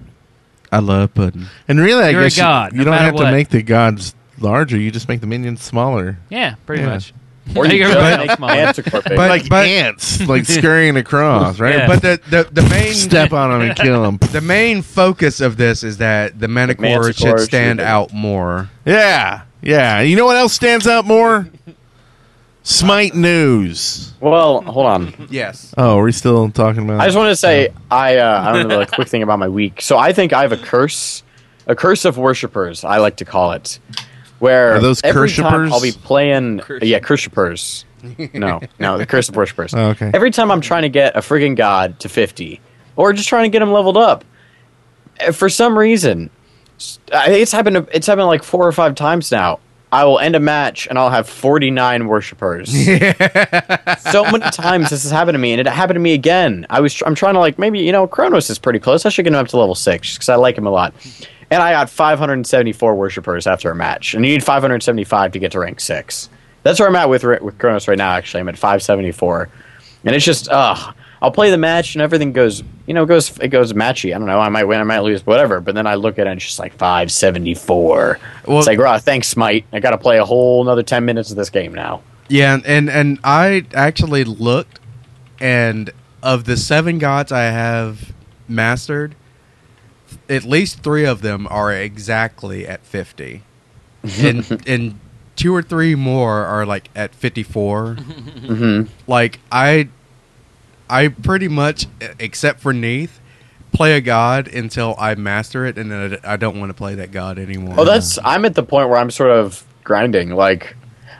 A: I love pudding.
B: And really, I
C: You're a
B: guess you-
C: god,
B: you,
C: no
B: don't
C: matter
B: have to
C: what.
B: make the gods larger. You just make the minions smaller.
C: Yeah, pretty
B: Yeah.
C: much.
D: Or you
C: Like
D: could
C: everybody
D: make
C: else, Mom.
D: Manticore big.
A: But-
B: like ants, like scurrying across, right?
C: Yeah.
A: But the the, the main
B: Step on them and kill them.
A: the main focus of this is that the manicore,
D: Manticore
A: should
D: should
A: stand
D: be-
A: out more.
B: Yeah, yeah. You know what else stands out more? Smite news.
D: well, hold on.
A: Yes.
B: Oh, are we still talking about?
D: I just wanted to say I uh, I don't know a quick thing about my week. So I think I have a curse, a curse of worshippers. I like to call it. Where
B: Are those
D: every time
B: curshipers?
D: I'll be playing, yeah, curshipers. No, no, the curse of worshippers.
B: Oh, okay.
D: Every time I'm trying to get a friggin' god to fifty, or just trying to get him leveled up, eh, for some reason, s- I- it's happened. It's happened like four or five times now. I will end a match and I'll have forty nine worshippers. so many times this has happened to me, and it happened to me again. I was tr- I'm trying to like maybe you know Kronos is pretty close. I should get him up to level six because I like him a lot. And I got 574 worshippers after a match, and you need 575 to get to rank six. That's where I'm at with with Kronos right now. Actually, I'm at 574, and it's just ugh. I'll play the match and everything goes, you know, goes it goes matchy. I don't know. I might win, I might lose, whatever. But then I look at it and it's just like 574.
A: Well-
D: it's like, rah, thanks, Smite. I got to play a whole another 10 minutes of this game now.
A: Yeah, and, and and I actually looked, and of the seven gods I have mastered, at least three of them are exactly at 50 and and two or three more are like at 54
D: Mm-hmm.
A: like i i pretty much except for neath play a god until i master it and then i, I don't want to play that god anymore
D: Oh, that's. I'm at the point where I'm sort of grinding. Like,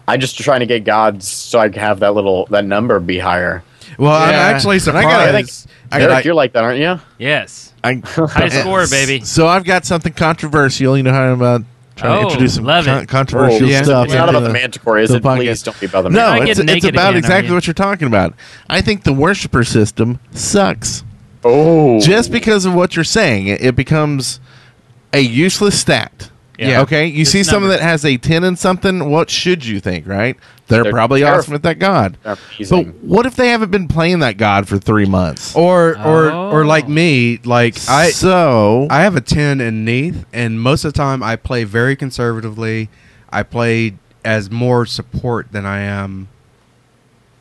D: I'm just trying to get gods so I can have that little that number be higher.
A: well i'm
B: Yeah.
A: actually
B: And I
A: surprised
B: gotta-
D: I think- Eric,
A: that I-
D: you're like that, aren't you?
C: Yes.
B: I,
C: High score, baby.
B: So I've got something controversial. You know how I'm uh, trying
C: Oh,
B: to introduce some
C: love
B: con-
C: it.
B: controversial
A: Oh, yeah.
B: stuff.
D: It's not
B: into
D: about the manticore, is
B: the
D: it?
B: podcast.
D: Please don't be about the
B: No,
D: manticore.
C: I get
B: it's, it's
C: naked
B: about
C: again,
B: exactly
C: Arian.
B: what you're talking about. I think the worshiper system sucks.
D: Oh,
B: Just because of what you're saying, it, it becomes a useless stat.
C: Yeah.
A: Yeah.
B: Okay. You
C: Just
B: see someone
C: numbers.
B: that has a 10 and something, what should you think, right? They're,
D: They're
B: probably
D: terrible.
B: awesome at that god.
D: They're
B: But
D: amazing.
B: what if they haven't been playing that god for three months?
A: or or or like
C: Oh.
A: me like i
B: so
A: I have a 10 in Neath, and most of the time I play very conservatively. I play as more support than I am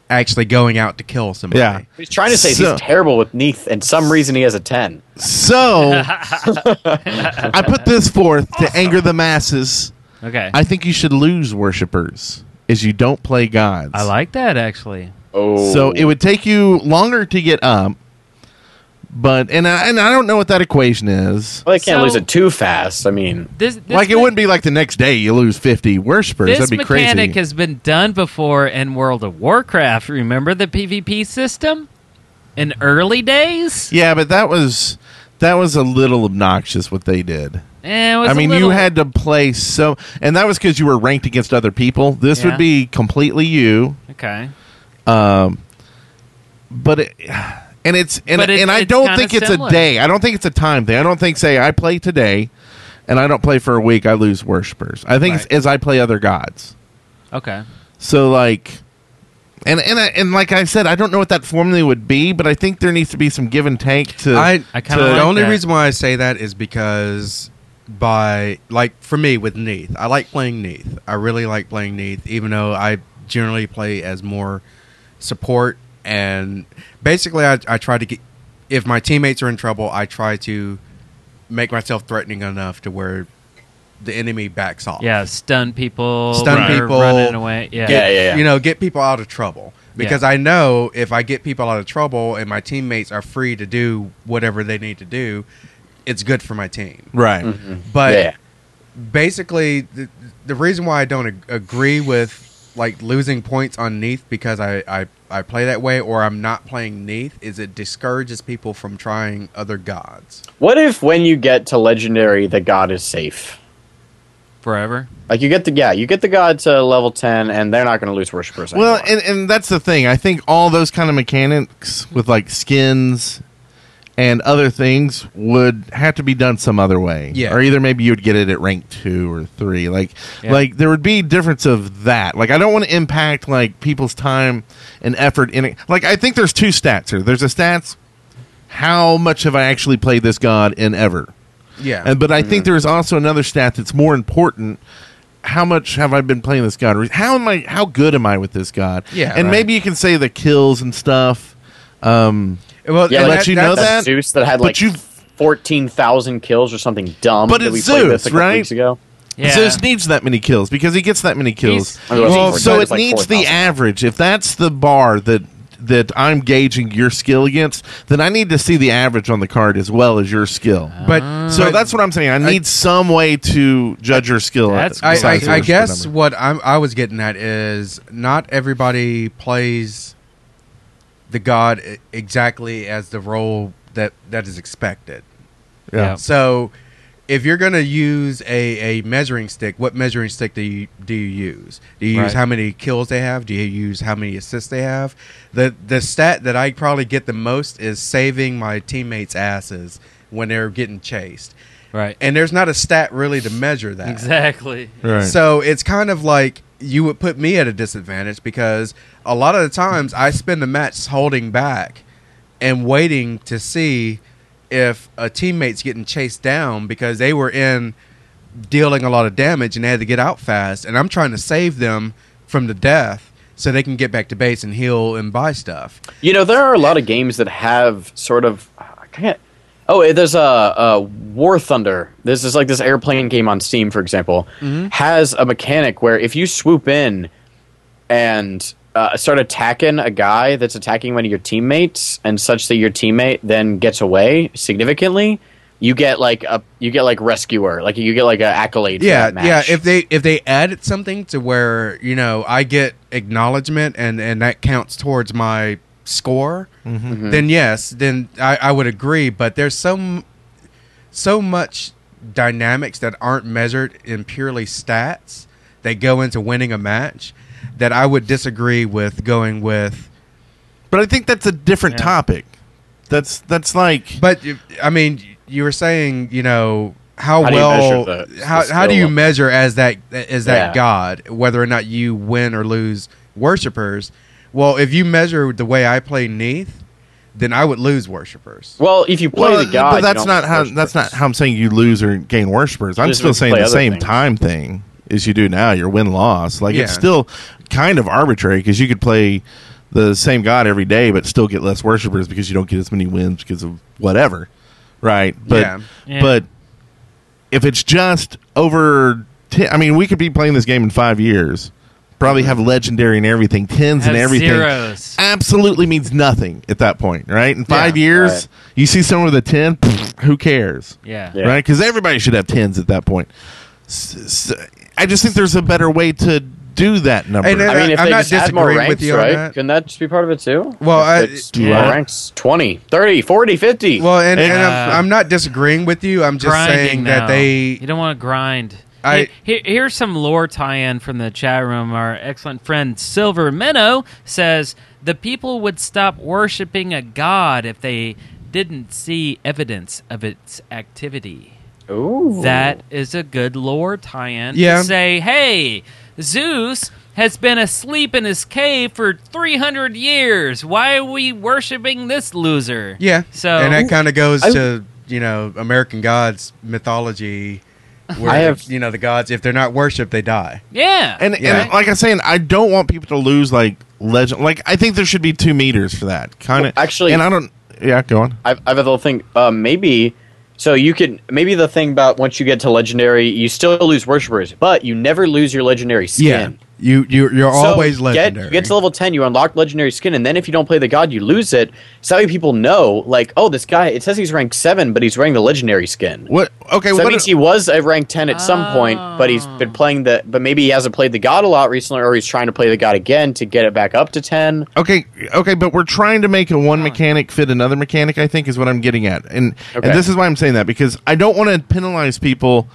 A: actually going out to kill somebody.
B: Yeah.
D: He's trying to say
B: So-
D: he's terrible with Neath, and some reason he has a ten.
B: so I put this forth to anger the masses.
C: Okay.
B: I think you should lose worshipers is you don't play gods.
C: I like that actually.
D: Oh,
B: So it would take you longer to get up, but and I, and I don't know what that equation is.
D: Well, they can't
C: So-
D: lose it too fast. I mean,
C: This, this
B: like it
C: me-
B: wouldn't be like the next day you lose fifty worshippers.
C: This
B: That'd be
C: mechanic
B: crazy.
C: has been done before in World of Warcraft. Remember the PvP system in early days?
B: yeah, but that was that was a little obnoxious what they did.
C: Eh, it was
B: I
C: a
B: mean,
C: little-
B: you had to play so, and that was because you were ranked against other people. This
C: Yeah.
B: would be completely you.
C: okay.
B: Um, but it, and it's and,
C: But it-
B: and I
C: it's
B: don't
C: kinda
B: think it's
C: similar.
B: a day. I don't think it's a time thing. I don't think say I play today, and I don't play for a week. I lose worshipers. I think
A: Right.
B: it's as I play other gods.
C: Okay.
B: So like, and and I, and like I said, I don't know what that formula would be, but I think there needs to be some give and take to.
A: I,
C: I kinda
A: the
C: like
A: only
C: that.
A: reason why I say that is because by like for me with Neath, I like playing Neath. I really like playing Neath, even though I generally play as more support and basically I, I try to get if my teammates are in trouble, I try to make myself threatening enough to where the enemy backs off.
C: Yeah, stun people.
A: Stun
C: when they're
A: people.
C: Running away. Yeah.
D: yeah, yeah, yeah.
A: You know, get people out of trouble. Because I know if I get people out of trouble and my teammates are free to do whatever they need to do, it's good for my team.
B: right.
C: Mm-hmm.
A: But
D: yeah,
A: basically, the, the reason why I don't ag- agree with like losing points on Neath because I, I, I play that way or I'm not playing Neath is it discourages people from trying other gods.
D: what if when you get to legendary, the god is safe?
C: Forever.
D: Like you get the yeah, you get the god to level ten, and they're not going to lose worshippers.
B: Well,
D: anymore.
B: and, and that's the thing. I think all those kind of mechanics with like skins and other things would have to be done some other way.
A: Yeah.
B: Or either maybe you would get it at rank two or three. Like
C: Yeah.
B: like there would be difference of that. Like I don't want to impact like people's time and effort in it. Like I think there's two stats here. There's a stats how much have I actually played this god in ever?
A: Yeah.
B: And, but I think there's also another stat that's more important. How much have I been playing this god? Or How am I? How good am I with this god?
A: Yeah,
B: and
A: right.
B: maybe you can say the kills and stuff. Um,
A: well,
D: Yeah,
A: and
D: let
B: you
A: that's-
B: know
D: that,
B: that,
D: Zeus that had
B: but
D: like
B: you've-
D: fourteen thousand kills or something dumb.
B: But
D: that we
B: it's
D: played with
B: Zeus,
D: a couple
B: right?
D: Weeks ago.
C: Yeah.
B: Zeus needs that many kills because he gets that many kills.
C: He's-
D: I mean, it was
A: Well,
D: like four-
B: so it
D: was like
B: needs the
D: 4,000.
B: average. If that's the bar that that I'm gauging your skill against, then I need to see the average on the card as well as your skill.
A: But
B: so
A: but-
B: that's what I'm saying. I need some way to judge your skill.
C: That's
B: at-
A: I,
B: besides
A: I, I
B: your
A: guess
B: number.
A: what I'm, I was getting at is not everybody plays the god e- exactly as the role that, that is expected.
C: Yeah.
A: So, if you're going to use a, a measuring stick, what measuring stick do you do you use? Do you
C: Right.
A: use how many kills they have? Do you use how many assists they have? The the stat that I probably get the most is saving my teammates' asses when they're getting chased.
C: Right.
A: And there's not a stat really to measure that.
C: Exactly.
B: Right.
A: So it's kind of like you would put me at a disadvantage because a lot of the times I spend the match holding back and waiting to see if a teammate's getting chased down because they were in dealing a lot of damage and they had to get out fast and I'm trying to save them from the death so they can get back to base and heal and buy stuff.
D: You know, there are a lot of games that have sort of I can't Oh, eh, there's a, a War Thunder. This is like this airplane game on Steam, for example,
B: Mm-hmm.
D: has a mechanic where if you swoop in and uh, start attacking a guy that's attacking one of your teammates, and such that your teammate then gets away significantly, you get like a you get like rescuer, like you get like an accolade. for
A: yeah
D: that match.
A: yeah if they if they added something to where you know i get acknowledgement and and that counts towards my score
D: Mm-hmm.
A: then yes then i i would agree but there's so m- so much dynamics that aren't measured in purely stats that go into winning a match that i would disagree with going with
B: But I think that's a different
C: Yeah.
B: topic. That's that's like
A: But you- I mean, you were saying, you know, how,
D: How do you
A: well
D: measure the-
A: how
D: the
A: how do
D: skill
A: you
D: of-
A: measure as that as that
D: Yeah.
A: god whether or not you win or lose worshipers? Well, if you measure the way I play Neath, then I would lose worshipers.
D: well, if you play
B: Well,
D: the god,
B: but
D: you
B: that's
D: don't
B: not how
D: worship
B: that's
D: it.
B: not how I'm saying you lose or gain worshipers. I'm
D: Just
B: still
D: if you
B: saying
D: play
B: the
D: other
B: same
D: things.
B: time thing as you do now. Your win loss, like it's
A: Yeah.
B: still kind of arbitrary because you could play the same god every day, but still get less worshipers because you don't get as many wins because of whatever, right? But
A: Yeah.
C: Yeah.
B: but if it's just over, ten, I mean, we could be playing this game in five years, probably have legendary and everything, tens
C: Have
B: and everything,
C: zeros.
B: absolutely means nothing at that point, right? In five
A: Yeah,
B: years,
D: right.
B: you see someone with a 10, pfft, who cares?
C: Yeah.
D: Yeah.
B: Right? Because everybody should have 10s at that point. S- s- I just think there's a better way to do that number.
A: And then-
D: I mean, if
A: I'm
D: they
A: not
D: just add more
A: disagreeing
D: ranks,
A: with you on
D: right?
A: that.
D: Can that just be part of it too?
A: Well, I-
D: If it's more
B: Yeah.
D: ranks 20, 30, 40, 50.
A: Well, and, and I'm,
C: Uh,
A: I'm not disagreeing with you. I'm just
C: Grinding
A: saying
C: now.
A: that
C: you
A: they
C: don't want to grind.
A: I-
C: Here- here- here's some lore tie-in from the chat room. Our excellent friend Silver Minnow says the people would stop worshiping a god if they didn't see evidence of its activity.
D: Ooh.
C: That is a good lore tie-in
A: Yeah.
C: to say, "Hey, Zeus has been asleep in his cave for 300 years. Why are we worshiping this loser?"
A: yeah.
C: So
A: and that kind of goes
D: I-
A: to you know American gods mythology. Where,
D: I have-
A: you know the gods if they're not worshipped they die.
C: yeah.
B: And,
A: Yeah.
B: and like I'm saying, I don't want people to lose like legend. Like I think there should be two meters for that kind of.
D: Well, actually-
B: and I don't. Yeah, go on.
D: I've, I've a little thing. Uh, maybe. So you can. Maybe the thing about once you get to legendary, you still lose worshippers, but you never lose your legendary skin.
A: you you you're
D: So
A: always
D: get-
A: legendary.
D: you get to level 10, you unlock legendary skin, and then if you don't play the god, you lose it. So that way people know, like, oh, this guy, it says he's ranked 7, but he's wearing the legendary skin.
B: What? Okay.
D: So
B: what
D: that means he was at rank 10 at some point, but he's been playing the. But maybe he hasn't played the god a lot recently, or he's trying to play the god again to get it back up to 10.
B: Okay, okay, but we're trying to make a one mechanic fit another mechanic. I think is what I'm getting at, and
D: Okay.
B: and this is why I'm saying that because I don't want to penalize people.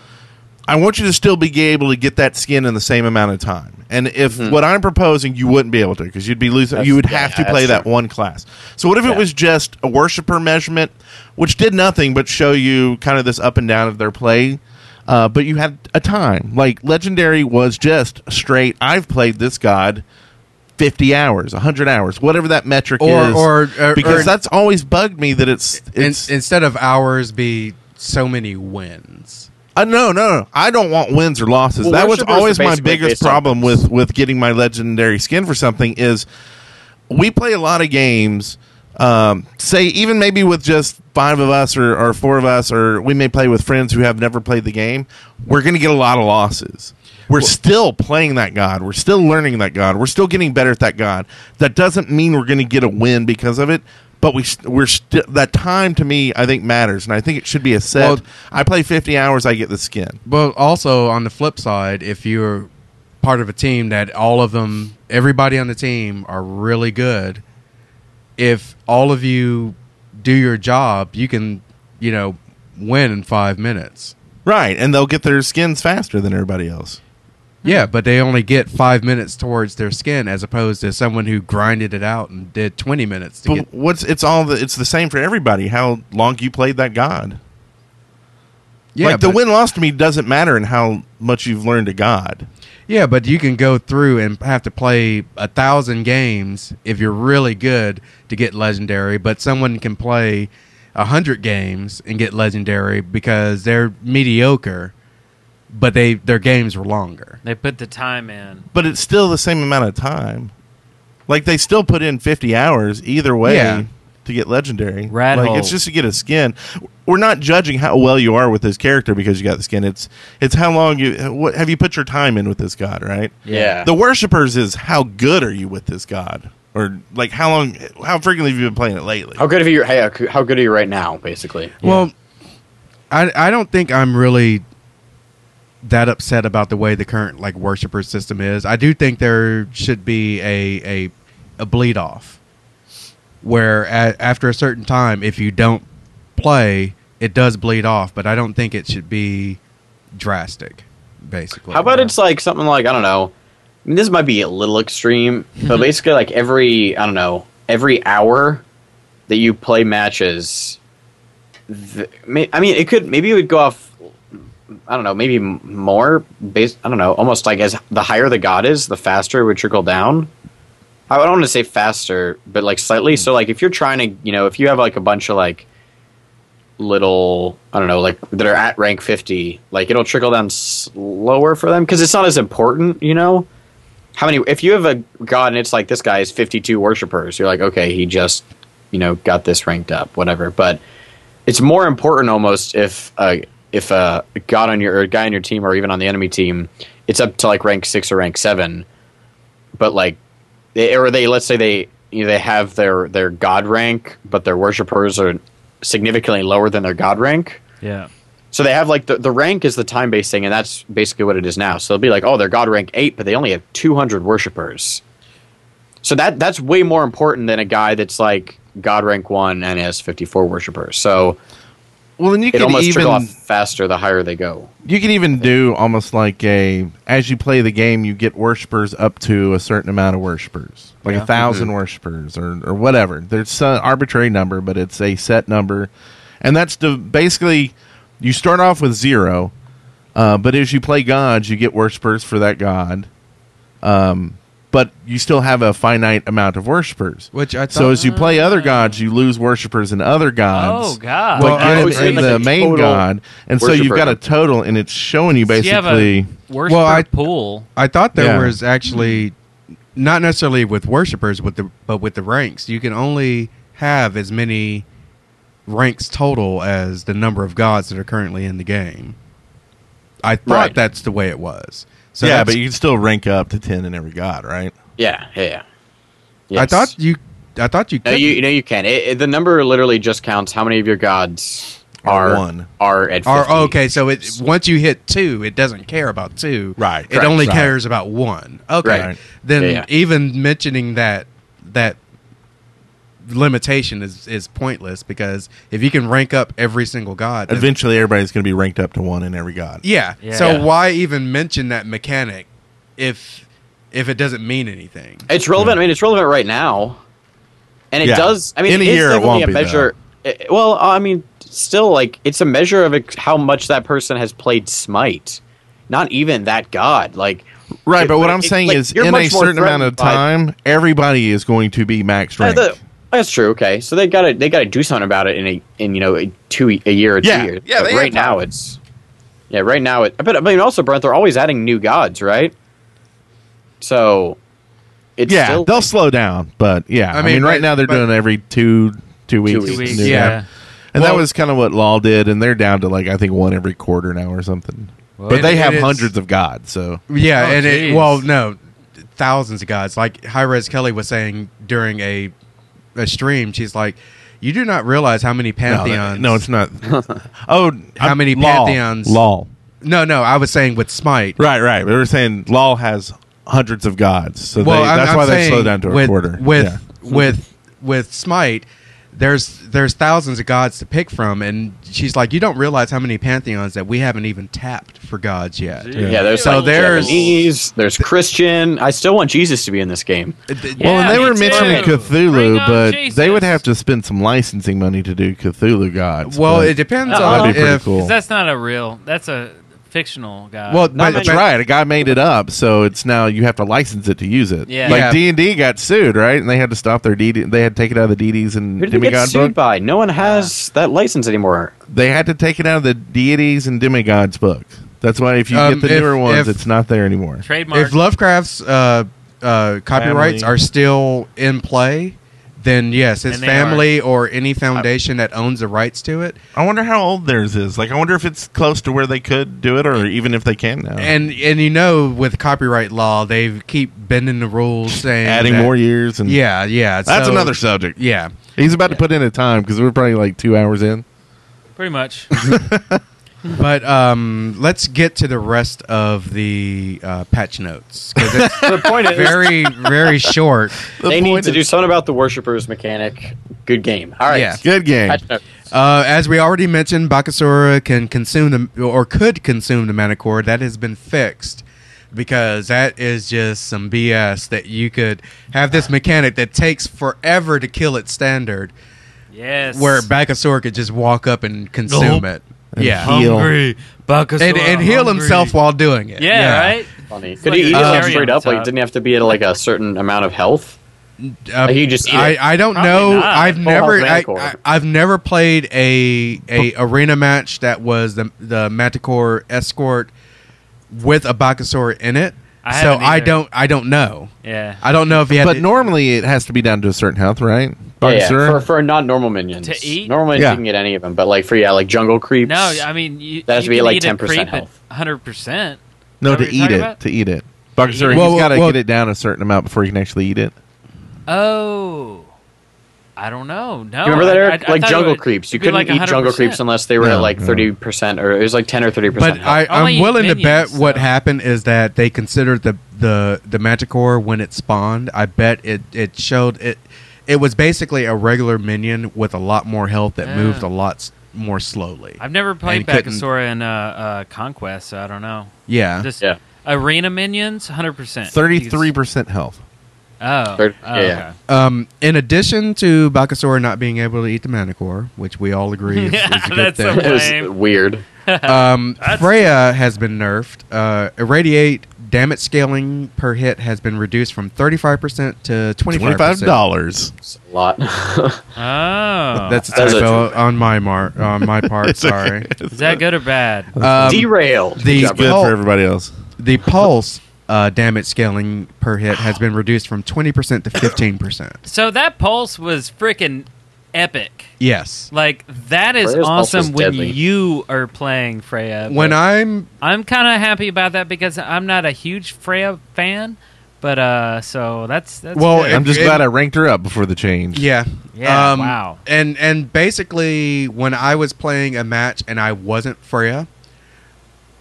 B: I want you to still be able to get that skin in the same amount of time. And if what I'm proposing, you wouldn't be able to because you'd be losing.
D: Mm-hmm. That's-
B: you would
D: yeah,
B: have to
D: that's
B: play that
D: true.
B: one class. So what if it
D: Yeah.
B: was just a worshiper measurement, which did nothing but show you kind of this up and down of their play. Uh, but you had a time like legendary was just straight. I've played this god 50 hours, 100 hours, whatever that metric
A: Or-
B: is.
A: or- or-
B: because
A: or-
B: that's always bugged me that it's
A: In,
B: it's
A: instead of hours be so many wins.
B: uh, no, no, no. I don't want wins or losses.
D: Well,
B: that was
D: worshippers are
B: always my
D: basically
B: biggest
D: based on
B: problem
D: wins.
B: with with getting my legendary skin for something is we play a lot of games. Um, say even maybe with just five of us or, or four of us, or we may play with friends who have never played the game. We're going to get a lot of losses. We're still playing that god. We're still learning that god. We're still getting better at that god. That doesn't mean we're going to get a win because of it. But we st- we're still that time to me I think matters, and I think it should be a set.
A: Well-
B: I play 50 hours, I get the skin.
A: But also on the flip side, if you're part of a team that all of them, everybody on the team are really good, if all of you do your job, you can, you know, win in five minutes.
B: Right, and they'll get their skins faster than everybody else. Hmm.
A: Yeah, but they only get five minutes towards their skin as opposed to someone who grinded it out and did 20 minutes to
B: But
A: get.
B: what's it's all the it's the same for everybody. How long you played that god?
A: Yeah,
B: like the
A: but-
B: win loss to me doesn't matter in how much you've learned a god.
A: Yeah, but you can go through and have to play a thousand games if you're really good to get legendary. But someone can play a hundred games and get legendary because they're mediocre, but they their games were longer.
C: they put the time in.
B: But it's still the same amount of time. Like they still put in 50 hours either way.
A: Yeah.
B: to get legendary.
C: Rat
B: like
C: hole.
B: it's just to get a skin. We're not judging how well you are with this character because you got the skin. It's it's how long you what have you put your time in with this god, right?
D: Yeah.
B: The worshippers is how good are you with this god, or like how long, how frequently have you been playing it lately?
D: how good are you? Hey, how good are you right now? Basically,
A: Well, I I don't think I'm really that upset about the way the current like worshiper system is. I do think there should be a a, a bleed off where a, after a certain time, if you don't play, it does bleed off. But I don't think it should be drastic. Basically,
D: How about it's like something like I don't know. I mean, this might be a little extreme, but basically, like every I don't know, every hour that you play matches, th- may- I mean, it could maybe it would go off. I don't know, maybe m- more based. I don't know, almost like as the higher the god is, the faster it would trickle down. I don't want to say faster, but like slightly. So like if you're trying to, you know, if you have like a bunch of like little I don't know like that are at rank 50 like it'll trickle down slower for them because it's not as important you know how many if you have a god and it's like this guy is 52 worshippers you're like okay he just you know got this ranked up whatever but it's more important almost if uh, if a god on your or a guy on your team or even on the enemy team it's up to like rank 6 or rank 7 but like they or they let's say they you know, they have their their god rank but their worshippers are significantly lower than their god rank
C: Yeah.
D: so they have like the, the rank is the time based thing and that's basically what it is now so they'll be like oh they're god rank 8 but they only have 200 worshippers so that that's way more important than a guy that's like god rank 1 and has 54 worshippers so
B: Well, then you
D: it
B: can
D: almost
B: even
D: trickle off faster the higher they go
B: you can even do almost like a as you play the game, you get worshippers up to a certain amount of worshippers, like
C: Yeah.
B: a 1000
D: Mm-hmm.
B: worshippers or or whatever. There's some arbitrary number, but it's a set number, and that's the basically you start off with zero, uh, but as you play gods, you get worshippers for that god. Um, but you still have a finite amount of worshippers.
A: which I thought,
B: So as you play other gods, you lose worshippers in other gods.
C: Ah. Oh God.
B: But
A: Well, I
B: you're
A: always
B: in
A: say
B: the
D: like a
B: main
D: total
B: god, and so you've
D: worshiper.
B: got a total, and it's showing you
C: So you have a
B: basically.
C: worshiper
A: Well, I-
C: pool.
A: I thought there
B: Yeah.
A: was actually not necessarily with worshippers, with the but with the ranks, you can only have as many ranks total as the number of gods that are currently in the game. I thought
D: Right.
A: that's the way it was. So
B: yeah,
A: that's-
B: but you can still rank up to ten in every god, right?
D: yeah yeah yeah
A: I
D: Yes.
A: thought you, I thought you,
D: no
A: could
D: you, you know you can it, it- the number literally just counts how many of your gods
B: Are
D: are
B: one.
D: are at 50.
A: Or, oh, okay, so it once you hit two, it doesn't care about two.
B: Right,
A: It
B: correct,
A: only
B: right.
A: cares about one. Okay.
B: Right.
A: Then
D: Yeah, yeah.
A: even mentioning that that limitation is is pointless because if you can rank up every single god, then-
B: Eventually, everybody's going to be ranked up to one in every god.
A: yeah.
C: Yeah.
A: So
D: Yeah.
A: why even mention that mechanic if if it doesn't mean anything?
D: It's relevant. I mean, it's relevant right now, and it
B: Yeah.
D: does. I mean,
B: In a
D: it's
B: year, it
D: definitely
B: won't
D: a
B: be, though.
D: measure. eh, well, I mean, still, like it's a measure of ex- how much that person has played Smite. Not even that god. Like,
B: Right,
D: it-
B: but what I'm
D: it's
B: saying
D: like
B: is,
D: you're
B: in a
D: much more
B: certain amount of
D: threatened by-
B: time, everybody is going to be max
D: Yeah,
B: rank.
D: the- that's true. Okay, so they gotta they gotta do something about it in a in you know a two a year or
B: Yeah.
D: two years.
B: Yeah,
D: But
B: they
D: right
B: have
D: now it's yeah, right now it. But I mean, also Brent, they're always adding new gods, right? So it's
B: yeah,
D: still,
B: they'll slow down, but yeah, I
A: I
B: mean,
A: mean,
B: right
A: but-
B: now they're
A: but-
B: doing every two two weeks.
D: weeks.
C: Weeks,
B: new
A: Yeah.
B: god. and that
A: Well-
B: was kind of what Law did, and they're down to like I think one every quarter now or something. But
A: It-
B: they
A: it
B: have
A: is-
B: hundreds of gods, so
A: Yeah,
C: Oh,
A: and it,
C: jeez.
A: well, no, thousands of gods. Like High Res Kelly was saying during a a stream, she's like, "You do not realize how many
B: No, that-
A: pantheons."
B: No, it's not. oh,
A: How
B: I'm-
A: many
B: Lol.
A: pantheons?
B: Lol.
A: no, no. I was saying with Smite.
B: Right, right. We were saying Lol has hundreds of gods, so
A: well,
B: they,
A: I'm-
B: that's
A: I'm
B: why they
A: saying
B: slow down to a
A: with,
B: quarter.
A: With
B: Yeah.
A: with with Smite, there's there's thousands of gods to pick from, and she's like, "You don't realize how many pantheons that we haven't even tapped for gods yet."
C: Jeez.
B: Yeah.
D: Yeah, there's
A: So
D: like
A: there's-
D: Japanese, there's Christian. I still want Jesus to be in this game.
A: Th-
C: Yeah,
B: well, and they
C: me
B: were
C: too.
B: mentioning
C: Bring
B: Cthulhu,
C: on
B: but they
C: Jesus.
B: would have to spend some licensing money to do Cthulhu gods.
A: Well,
B: but-
A: it depends
C: Uh-uh.
A: on
C: That'd
B: be pretty
A: if
B: cool.
C: That's not a real. That's a fictional guy.
A: well,
D: Uh, Not
A: but,
B: That's
D: many-
A: but-
B: right. A guy made it up, so it's now you have to license it to use it.
C: Yeah.
A: Yeah.
B: Like D and D got sued, right? And they had to stop their DD. They had to take it out of the DDs and
D: Who did we get
B: demigod book.
D: sued by? No one has that license anymore.
B: They had to take it out of the deities and demigods book. That's why if you
A: Um,
B: get the
A: if-
B: newer ones,
A: if-
B: it's not there anymore.
C: trademark.
A: if Lovecraft's uh, uh, copyrights
B: Family.
A: are still in play, then yes, his
C: And they are-
A: family or any foundation that owns the rights to it.
B: I wonder how old theirs is. Like, I wonder if it's close to where they could do it, or even if they can now.
A: And and you know, with copyright law, they keep bending the rules, saying
B: adding
A: that-
B: more years, and
A: Yeah, yeah.
B: that's
A: so-
B: another subject.
A: Yeah,
B: He's about to put in a time because we're probably like two hours in.
C: Pretty much.
A: but um, let's get to the rest of the uh, patch notes because it's
D: the point is,
A: very very short.
D: they need to do something about the worshippers mechanic. Good game. All right.
A: Yeah.
B: Good game.
D: Patch notes.
A: Uh, as we already mentioned, Bakasura can consume the or could consume the manicore. That has been fixed because that is just some BS that you could have this mechanic that takes forever to kill its standard,
C: yes.
A: where Bakasura could just walk up and consume
C: Nope.
A: it.
B: And
A: yeah,
B: heal.
C: hungry. Bakasura
A: and, and heal
C: hungry.
A: himself while doing it.
C: Yeah, right.
D: Funny.
C: It's
D: Could
C: like
D: he eat
C: a
D: them
C: cherry on
D: straight up? Like,
C: top.
D: didn't he have to be at like a certain amount of health?
A: Uh,
D: Like, you just eat it.
A: I, I don't
C: Probably
A: know.
C: not.
A: I've
D: Full
A: never
D: health
A: I,
D: Manticore.
A: I, have never played a a arena match that was the the Manticore escort with a Bakasur in it.
C: I
A: so
C: haven't
A: I
C: either.
A: don't I don't know.
C: Yeah.
A: I don't know if he had
B: but
A: to-
B: normally it has to be down to a certain health, right?
D: Yeah, yeah,
B: Bakasura?
D: For, for non-normal minions.
C: To eat?
D: Normal minions,
B: Yeah.
D: you can get any of them, but like for yeah, like jungle creeps.
C: No, I mean you,
D: That has
C: you
D: to be
C: can
D: like
C: eat a
D: 10%
C: creep at
D: health.
C: 100%.
B: no,
C: Is
B: to
C: that what you're
B: eat
C: talking
B: it.
C: about?
B: To eat it.
C: eat
B: Bakasura,
C: it.
B: he's
A: Well,
B: got to
A: well-
B: get it down a certain amount before he can actually eat it.
C: Oh. I don't know. No.
D: You remember that,
C: I-
D: Eric?
C: I- I
D: like
C: thought it
D: jungle
C: would-
D: creeps. You
C: it'd be
D: couldn't
C: like
D: eat jungle
C: 100%.
D: creeps unless they were at
B: No,
D: like
B: no.
D: thirty percent, or it was like ten or thirty percent.
A: But I,
C: Only
A: I'm willing to bet
C: minions,
A: what
C: so-
A: happened is that they considered the the the Manticore when it spawned. I bet it it showed it. It was basically a regular minion with a lot more health that
C: Yeah.
A: moved a lot s- more slowly.
C: I've never played
A: And couldn't-
C: Bakasura in uh, uh, Conquest, so I don't know.
A: yeah,
C: Just
D: Yeah.
C: arena minions, hundred percent.
B: 33% health.
C: Oh,
D: Thirty-
C: oh,
D: yeah.
C: okay.
A: Um, in addition to Bakasora not being able to eat the Manticore, which we all agree is, is a good
C: That's so
A: thing,
D: it was
C: Lame.
D: weird.
A: um, Freya has been nerfed. Uh, irradiate damage scaling per hit has been reduced from 35% to 25%.
B: $25.
D: It's a lot.
C: Oh,
A: That's a
D: That's a
A: typo on my, mar- on my part, sorry.
C: is that good or bad?
A: Um,
D: Derailed.
A: the-
D: Good job,
B: Good
D: Brett.
A: Oh.
B: for everybody else.
A: the pulse uh, damage scaling per hit has been reduced from 20% to 15%.
C: So that pulse was freaking epic.
A: Yes.
C: Like that is
D: Freya's pulse
C: awesome
D: was
C: when
D: deadly.
C: you are playing Freya.
A: When I'm
C: I'm kind of happy about that because I'm not a huge Freya fan, but uh, so that's that's
A: Well,
C: good.
A: it-
B: I'm just glad I ranked her up before the change.
A: Yeah. Um,
C: Yeah, wow.
A: And and basically, when I was playing a match and I wasn't Freya,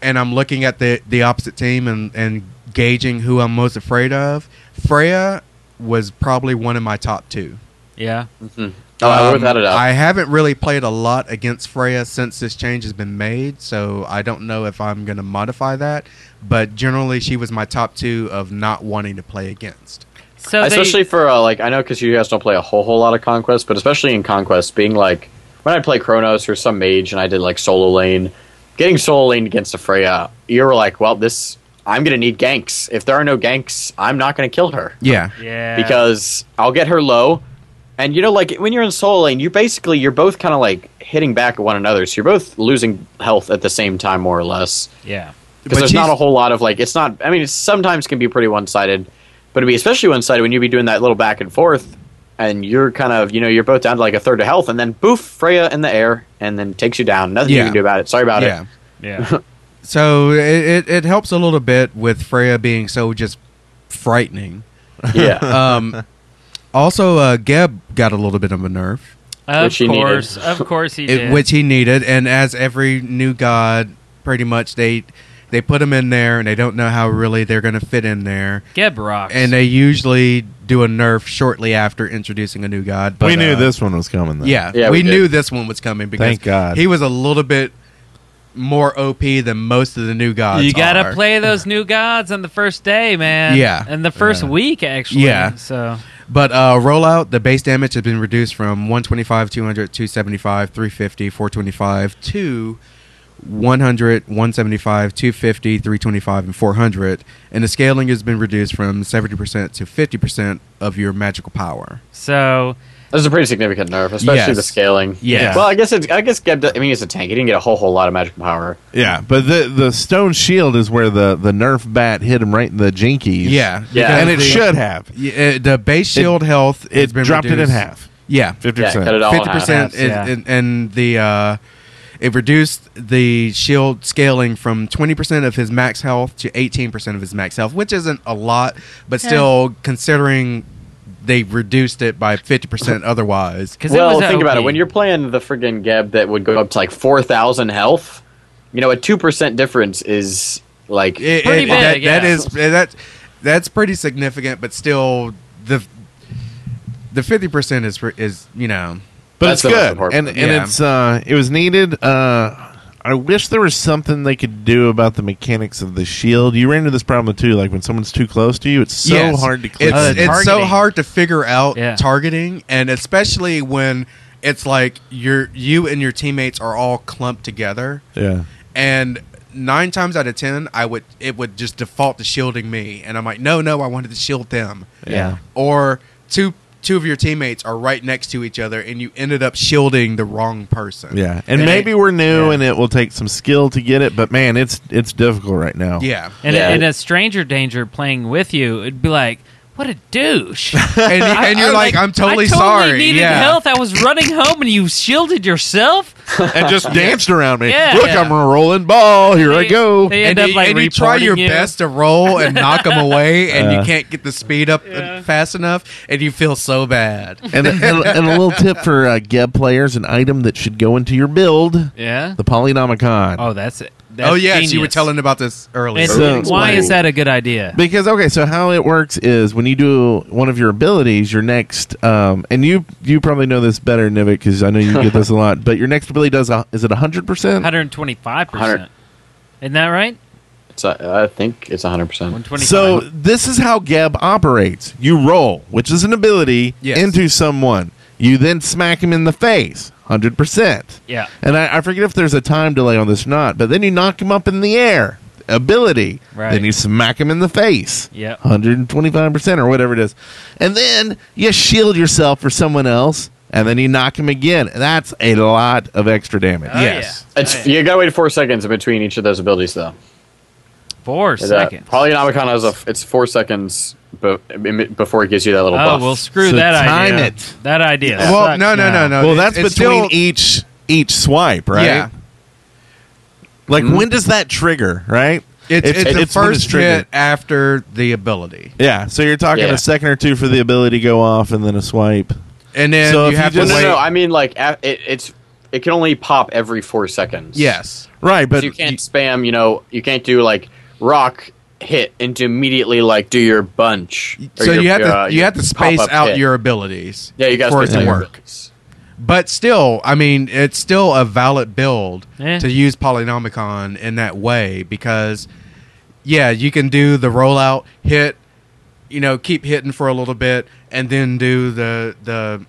A: and I'm looking at the the opposite team and and gauging who I'm most afraid of, Freya was probably one of my top two.
C: yeah.
D: Oh,
A: Um,
D: without a doubt.
A: I haven't really played a lot against Freya since this change has been made, so I don't know if I'm going to modify that. But generally, she was my top two of not wanting to play against.
C: So Oh, they-
D: especially for uh, like I know because you guys don't play a whole whole lot of conquest, but especially in conquest, being like when I play Chronos or some mage and I did like solo lane, getting solo lane against a Freya, you were like, well, this I'm gonna need ganks. If there are no ganks, I'm not gonna kill her
A: Yeah.
C: yeah
D: because I'll get her low. And you know, like when you're in solo lane, you basically you're both kind of like hitting back at one another, so you're both losing health at the same time, more or less
C: yeah.
A: But
D: because there's not
A: she's-
D: a whole lot of like it's not i mean it sometimes can be pretty one-sided but it'd be especially one-sided when you be doing that little back and forth and you're kind of you know you're both down to like a third of health and then boof freya in the air and then takes you down nothing
A: Yeah.
D: you can do about it sorry about
A: Yeah.
D: it
C: Yeah.
A: So it, it, it helps a little bit with Freya being so just frightening.
D: yeah
A: Um, also, uh, Geb got a little bit of a nerf,
C: Of
D: Which he needed.
C: course, of course he
A: it-
C: did.
A: which he needed. And as every new god, pretty much they they put him in there, and they don't know how really they're going to fit in there.
C: Geb rocks.
A: And they usually do a nerf shortly after introducing a new god. But
B: we knew
A: uh,
B: this one was coming, though.
A: Yeah,
D: Yeah,
A: we,
D: we did.
A: knew this one was coming because
B: Thank God.
A: he was a little bit more OP than most of the new gods.
C: you gotta
A: are.
C: play those new gods on the first day, man.
A: Yeah.
C: and the first
B: Yeah.
C: week actually.
A: Yeah.
C: So
A: But uh, rollout, the base damage has been reduced from 125, 200, 275, 350, 425 to 100, 175, 250, 325, and 400. And the scaling has been reduced from 70% to 50% of your magical power.
C: so
D: That's a pretty significant nerf, especially
B: Yes.
D: the scaling.
A: Yeah.
D: Well, I guess it's, I guess Geb. I mean, it's a tank. He didn't get a whole whole lot of magic power.
B: Yeah, but the the stone shield is where the the nerf bat hit him right in the jinkies.
A: Yeah,
D: Yeah.
B: and it
A: because
B: should have.
A: the- yeah, uh, the base shield health has
B: It
A: been
B: dropped it in
A: reduced.
B: half,
A: Yeah,
B: fifty
D: Yeah, cut it
B: percent.
D: all in
A: fifty
D: half.
A: percent,
C: Yeah.
A: and and the uh, it reduced the shield scaling from twenty percent of his max health to eighteen percent of his max health, which isn't a lot, but still considering they reduced it by fifty percent otherwise.
C: Because
D: Well, think about it. When you're playing the friggin' Geb that would go up to like four thousand health, you know, a two percent difference is like
A: It-
C: Pretty
A: it-
C: big,
A: that, that
C: yeah.
A: is eh, that that's pretty significant, but still the the fifty percent is re- is you know
B: But
D: That's
B: it's
D: the most
B: good,
D: important
B: and
D: part.
B: and
A: Yeah.
B: it's uh, it was needed. Uh, I wish there was something they could do about the mechanics of the shield. You ran into this problem too, like when someone's too close to you, it's so
A: Yes.
B: hard to click.
A: It's,
C: Uh,
A: it's so
C: targeting.
A: hard to figure out
C: Yeah.
A: targeting, and especially when it's like you're you and your teammates are all clumped together,
B: yeah,
A: and nine times out of ten, I would it would just default to shielding me, and I'm like, no, no, I wanted to shield them,
C: yeah.
A: or two two of your teammates are right next to each other, and you ended up shielding the wrong person.
B: yeah. And
A: it-
B: maybe we're new, and it will take some skill to get it. But man, it's it's difficult right now.
A: yeah,
C: and,
D: Yeah.
C: and a stranger danger playing with you, it'd be like, what a douche.
A: and,
C: I-
A: and you're
C: I'm
A: like, I'm totally,
C: I totally
A: sorry.
C: Needed
A: yeah.
C: health. I was running home, and you shielded yourself.
B: and just danced around me.
C: Yeah.
B: Look,
C: Yeah.
B: I'm a rolling ball. Here I
C: They-
B: go.
C: they end
A: and
C: up
A: you,
C: like
A: and you try
C: reporting
A: your
C: you.
A: best to roll and knock them away, and
B: Uh.
A: you can't get the speed up uh,
C: Yeah.
A: fast enough, and you feel so bad.
B: and, and, and a little tip for uh, Geb players: an item that should go into your build,
C: Yeah.
B: the Polynomicon.
C: Oh, that's it. That's
A: oh yes, you were
C: genius.
A: telling about this earlier.
C: And
B: So-
C: why
D: Explain.
C: is that a good idea?
B: Because okay, so how it works is when you do one of your abilities, your next, um, and you you probably know this better, Nivik, because I know you get this a lot. But your next ability does a, is it hundred percent?
C: 125
D: Hundred-
C: percent. Isn't that right?
D: It's a, I think it's hundred percent.
C: 125.
B: So this is how Geb operates. You roll, which is an ability,
A: Yes.
B: into someone. You then smack him in the face, hundred percent.
C: yeah.
B: And I, I forget if there's a time delay on this or not, but then you knock him up in the air. Ability.
C: Right.
B: Then you smack him in the face.
C: Yep.
B: 125% or whatever it is. And then you shield yourself for someone else, and then you knock him again. That's a lot of extra damage.
C: Oh,
A: Yes.
C: yeah.
D: It's
C: Oh, yeah.
D: you gotta wait four seconds in between each of those abilities though.
C: four
D: Is that-
C: seconds.
D: Polynomicon has a it's four seconds be, im- before it gives you that little
C: Oh
D: buff.
C: well, screw
B: So
C: that
B: time
C: idea.
B: it.
C: That idea.
A: Well,
C: sucks
A: no, no, no,
C: now.
A: no.
B: well,
A: It-
B: that's
A: it's
B: between
A: still-
B: each each swipe, right?
A: Yeah,
B: Like
D: Mm.
B: when does that trigger, right?
A: it's, it's, the
B: when
A: first
B: triggered.
A: hit after the ability,
B: Yeah, so you're talking
D: Yeah.
B: a second or two for the ability to go off and then a swipe.
A: and then
B: So if
A: you
B: you
A: have
D: no,
A: to
D: no,
A: wait.
D: no. I mean, like a- it, it's it can only pop every four seconds.
A: yes,
B: Right,
D: So
B: but
D: you can't spam. You know, you can't do like rock hit and to immediately like do your bunch. or
A: so
D: your,
A: you have to
D: uh,
A: you
D: your
A: have to space
D: pop-up
A: out
D: hit.
A: your abilities.
D: yeah. You got
A: for it to work. But still, I mean, it's still a valid build
C: Yeah.
A: to use Polynomicon in that way because, yeah, you can do the rollout hit, you know, keep hitting for a little bit, and then do the the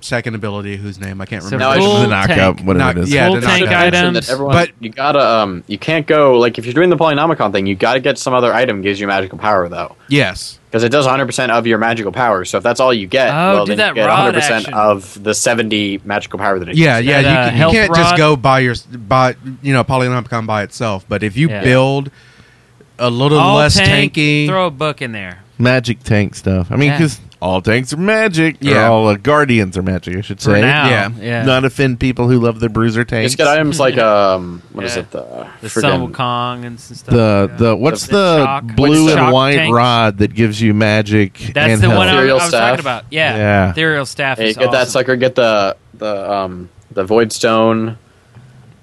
A: second ability whose name I can't
C: So
A: remember.
D: No, it's
C: full
B: the knockup,
C: tank.
B: whatever
A: Knock-
B: it is.
A: yeah,
C: Full
A: the knockout.
C: tank items.
D: That everyone,
A: But-
D: but you gotta um, you can't go like if you're doing the Polynomicon thing, you gotta get some other item gives you magical power though,
A: Yes,
D: because it does 100 percent of your magical power. So if that's all you get,
C: Oh,
D: well,
C: do
D: then
C: that
D: you get
C: rod
D: 100 percent
C: action.
D: of the 70 magical power that it
A: yeah,
D: gives.
A: yeah.
C: that, uh,
A: You, can,
C: health
A: you can't just
C: rod?
A: go by your by you know Polynomicon by itself, but if you
C: Yeah.
A: build a little
C: All
A: less
C: tank,
A: tanky,
C: Throw a book in there.
B: magic tank stuff. I mean,
C: Yeah.
B: because all tanks are magic. Yeah.
A: Yeah.
B: Or all uh, guardians are magic, I should
C: For
B: say.
C: now.
A: yeah.
C: Yeah.
B: Not offend people who love their bruiser tanks.
D: Just get items like um, what is
C: Yeah.
D: it the,
C: the
D: friggin-
C: Sun Wukong and some stuff.
B: the
C: yeah.
B: the what's
C: The
B: the
C: shock-
B: blue
C: what's
B: and
C: shock
B: white
C: tanks?
B: rod that gives you magic?
C: That's
B: and
C: the
B: health?
C: one I, was- I
D: Ethereal
C: was
D: staff.
C: talking about. Yeah.
B: Yeah.
C: Ethereal staff
D: Yeah, you
C: is
D: eh, get that
C: awesome.
D: sucker. Get the the um the void stone.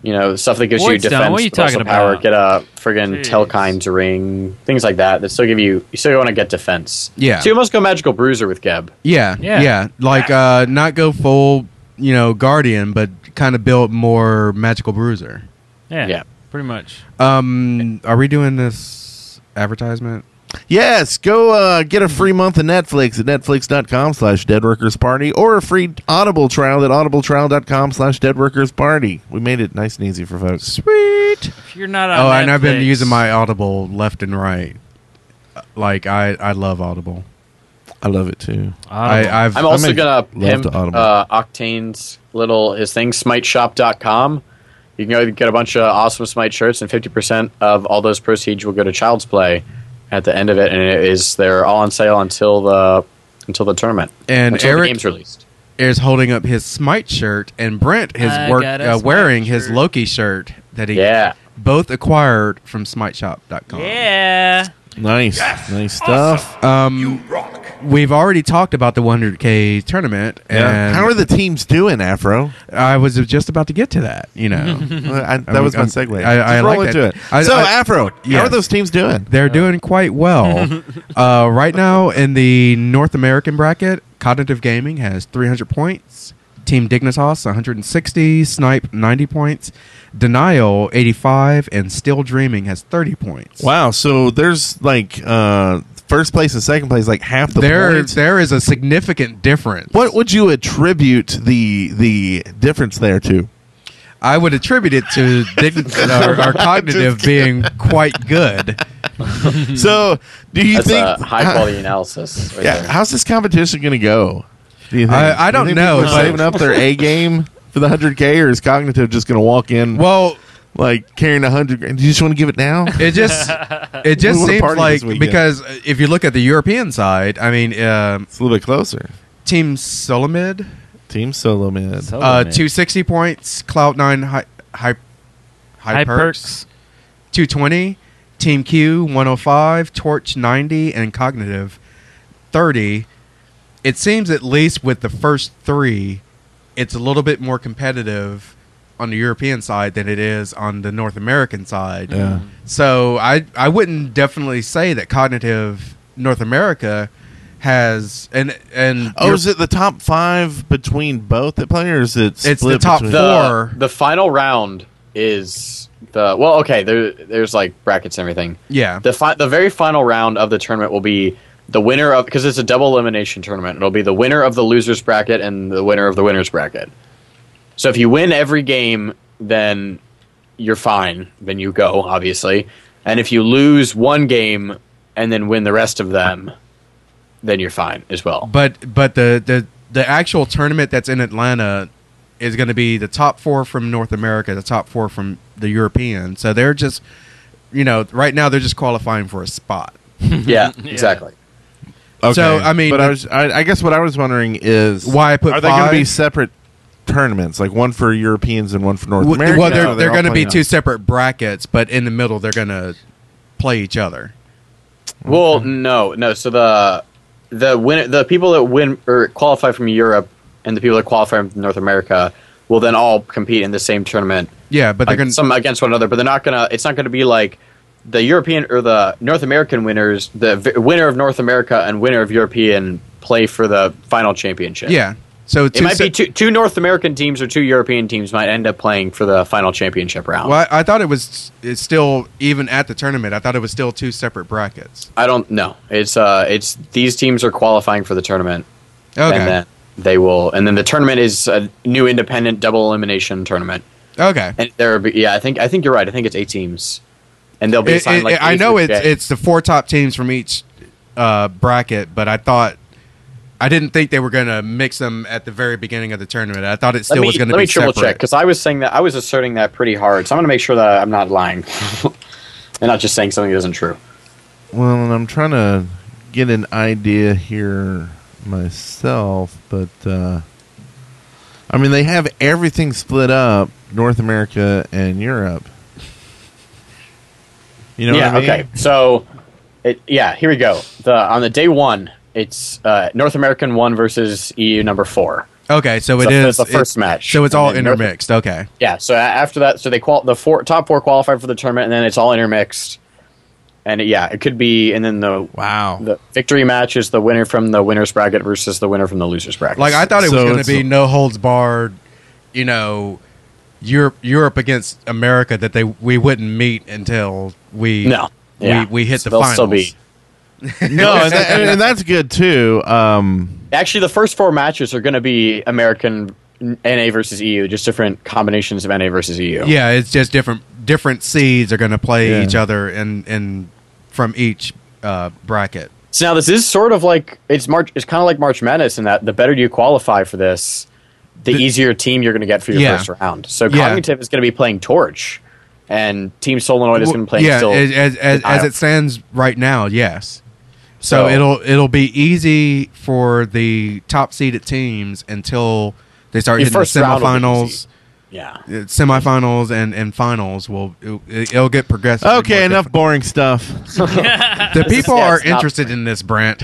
D: You know stuff that gives you
C: Void stone,
D: defense.
C: what are you
D: but also
C: talking
D: Power.
C: about?
D: Get a friggin'
C: Jeez.
D: Telkine's ring, things like that. That still give you. You still want to get defense.
A: Yeah.
D: So you must go magical bruiser with Geb.
A: Yeah,
C: Yeah.
A: yeah, Like uh, not go full, you know, guardian, but kind of build more magical bruiser.
C: Yeah.
D: Yeah.
C: Pretty much.
A: Um, are we doing this advertisement?
B: Yes, go uh, get a free month of Netflix at netflix.com slash deadworkersparty or a free Audible trial at audibletrial.com slash deadworkersparty. We made it nice and easy for folks.
A: Sweet.
C: If you're not on
A: Oh, and I've been
C: Netflix-
A: using my Audible left and right. Like I, I love Audible.
B: I love it too.
A: I,
C: Audible.
A: I've
D: I'm also
B: in-
D: gonna
B: love
D: pimp
B: to Audible.
D: uh, Octane's little his thing smiteshop.com. You can go get a bunch of awesome Smite shirts, and 50% of all those proceeds will go to Child's Play at the end of it, and it is they're all on sale until the until the tournament
A: And
D: until the
A: Eric-
D: game's released.
A: is holding up his Smite shirt, and Brent is
C: I
A: work,
C: got a
A: uh,
C: Smite
A: wearing his
C: shirt.
A: Loki shirt that he
D: Yeah,
A: both acquired from SmiteShop.com.
C: Oh. yeah.
B: Nice, nice stuff.
A: Um, we've already talked about the 100K tournament,
B: Yeah.
A: and
B: How are the teams doing, Afro?
A: I was just about to get to that. You know,
B: Well, I, that
A: I'm-
B: was my
A: I'm-
B: segue.
A: I- I
B: Just
A: like
B: roll into
A: that.
B: it.
A: I-
B: so,
A: I-
B: Afro, how are
A: Yes.
B: those teams doing?
A: they're doing quite well uh, right now in the North American bracket. Cognitive Gaming has 300 points. Team Dignitas 160, Snipe 90 points, Denial 85, and Still Dreaming has 30 points.
B: Wow. So there's like uh, first place and second place, like half the
A: there
B: points.
A: there is a significant difference.
B: What would you attribute the the difference there to?
A: I would attribute it to dign- our, our cognitive being quite good.
B: so, do you
D: that's
B: think
D: a high quality analysis. Right
B: Yeah,
D: there.
B: how's this competition going to go? Do you think?
A: I- I
B: Do you
A: don't
B: think
A: know,
B: people are
A: but-
B: saving up their A game for the hundred K, or is cognitive just going to walk in
A: Well,
B: like carrying a hundred? grand? Do you just want to give it now?
A: it just it just
B: wanna
A: seems
B: party
A: like
B: this weekend.
A: because if you look at the European side, I mean, um,
B: It's a little bit closer.
A: Team Solomid,
B: Team solo mid.
C: So-
A: uh,
C: Solomid.
A: two sixty points, Cloud Nine high high high,
C: High
A: perks,
C: perks.
A: two twenty, Team Q one hundred five, Torch ninety, and Cognitive thirty. It seems at least with the first three, it's a little bit more competitive on the European side than it is on the North American side.
B: Yeah.
A: So I I wouldn't definitely say that cognitive North America has and and
B: Oh, is it the top five between both that play, or is it split
A: the top
B: between-
A: four.
D: the the final round is the well okay there there's like brackets and everything.
A: yeah
D: The fi- the very final round of the tournament will be the winner of because it's a double elimination tournament. It'll be the winner of the losers bracket and the winner of the winners bracket. So if you win every game, then you're fine. Then you go, obviously. And if you lose one game and then win the rest of them, then you're fine as well.
A: but but the the the actual tournament that's in Atlanta is going to be the top four from North America, the top four from the European. So they're just you know right now they're just qualifying for a spot.
D: yeah, exactly.
A: So, I mean,
B: but I
A: the-
B: was I, I guess what I was wondering is
A: Why I put
B: are they going
A: five?
B: to be separate tournaments, like one for Europeans and one for North
A: W-
B: Americans?
A: well,
D: Oh,
A: they're
B: Or
A: they're
B: all
A: going to be
B: playing
A: two separate brackets, but in the middle they're going to play each other.
D: Well, no, no. So the the win the people that win or qualify from Europe and the people that qualify from North America will then all compete in the same tournament.
A: Yeah, but they're
D: like,
A: going
D: some against one another, but they're not gonna. It's not gonna be like the European or the North American winners. The v- winner of North America and winner of European play for the final championship.
A: yeah. So
D: It might
A: se-
D: be two, two North American teams or two European teams might end up playing for the final championship round.
A: Well, I, I thought it was it's still even at the tournament. I thought it was still two separate brackets.
D: I don't know. It's uh, it's these teams are qualifying for the tournament,
A: Okay.
D: and then they will, and then the tournament is a new independent double elimination tournament.
A: okay.
D: And there, will be, yeah, I think I think you're right. I think it's eight teams, and they'll be
A: It-
D: assigned
A: it-
D: like
A: it- I
D: eighth
A: know
D: or
A: it's
D: fifth.
A: it's the four top teams from each uh, bracket, but I thought I didn't think they were going to mix them at the very beginning of the tournament. I thought it still
D: let me,
A: was going to
D: let
A: be
D: me triple
A: separate.
D: check because I was saying that I was asserting that pretty hard, so I'm going to make sure that I'm not lying and not just saying something that isn't true.
B: out. Well, and I'm trying to get an idea here myself, but uh, I mean they have everything split up: North America and Europe. You know?
D: yeah.
B: what I mean?
D: Okay. So, it, yeah. Here we go. The on the day one, it's uh, North American one versus EU number four.
A: okay, so
D: It's
A: it is
D: the- it's the first
A: it-
D: match.
A: So it's
D: And
A: all
D: then North-
A: intermixed. Okay,
D: Yeah. So a- after that, so they qual the four top four qualified for the tournament, and then it's all intermixed. And yeah, it could be, and then the
B: Wow.
D: the victory match is the winner from the winners bracket versus the winner from the losers bracket.
A: like I thought it was
B: So
A: going to
B: it's
A: be
B: a-
A: no holds barred. You know, Europe Europe against America that they we wouldn't meet until we
D: no.
A: we,
D: Yeah.
A: we hit the
D: They'll
A: finals.
D: still be-
B: no, and, that, and that's good too. Um,
D: Actually, the first four matches are going to be American NA versus EU, just different combinations of NA versus E EU.
A: Yeah, it's just different different seeds are going to play
B: Yeah.
A: each other in in from each uh, bracket.
D: So now this is sort of like it's March. It's kind of like March Madness in that the better you qualify for this, the,
A: The-
D: easier team you're going to get for your
A: Yeah.
D: first round. So
A: Yeah.
D: Cognitive is going to be playing Torch, and Team Solenoid is going to be playing
A: yeah,
D: still.
A: as as, as, as
D: Denial.
A: it stands right now, yes. So,
D: So-
A: it'll it'll be easy for the top seeded teams until they start
D: Your
A: hitting the
D: first round will be
A: semifinals.
D: easy. yeah.
A: uh, Semifinals and, and finals will it, it'll get progressive.
B: Okay, enough boring stuff.
A: The people
D: Yeah,
A: are
D: stop.
A: interested in this, Brant.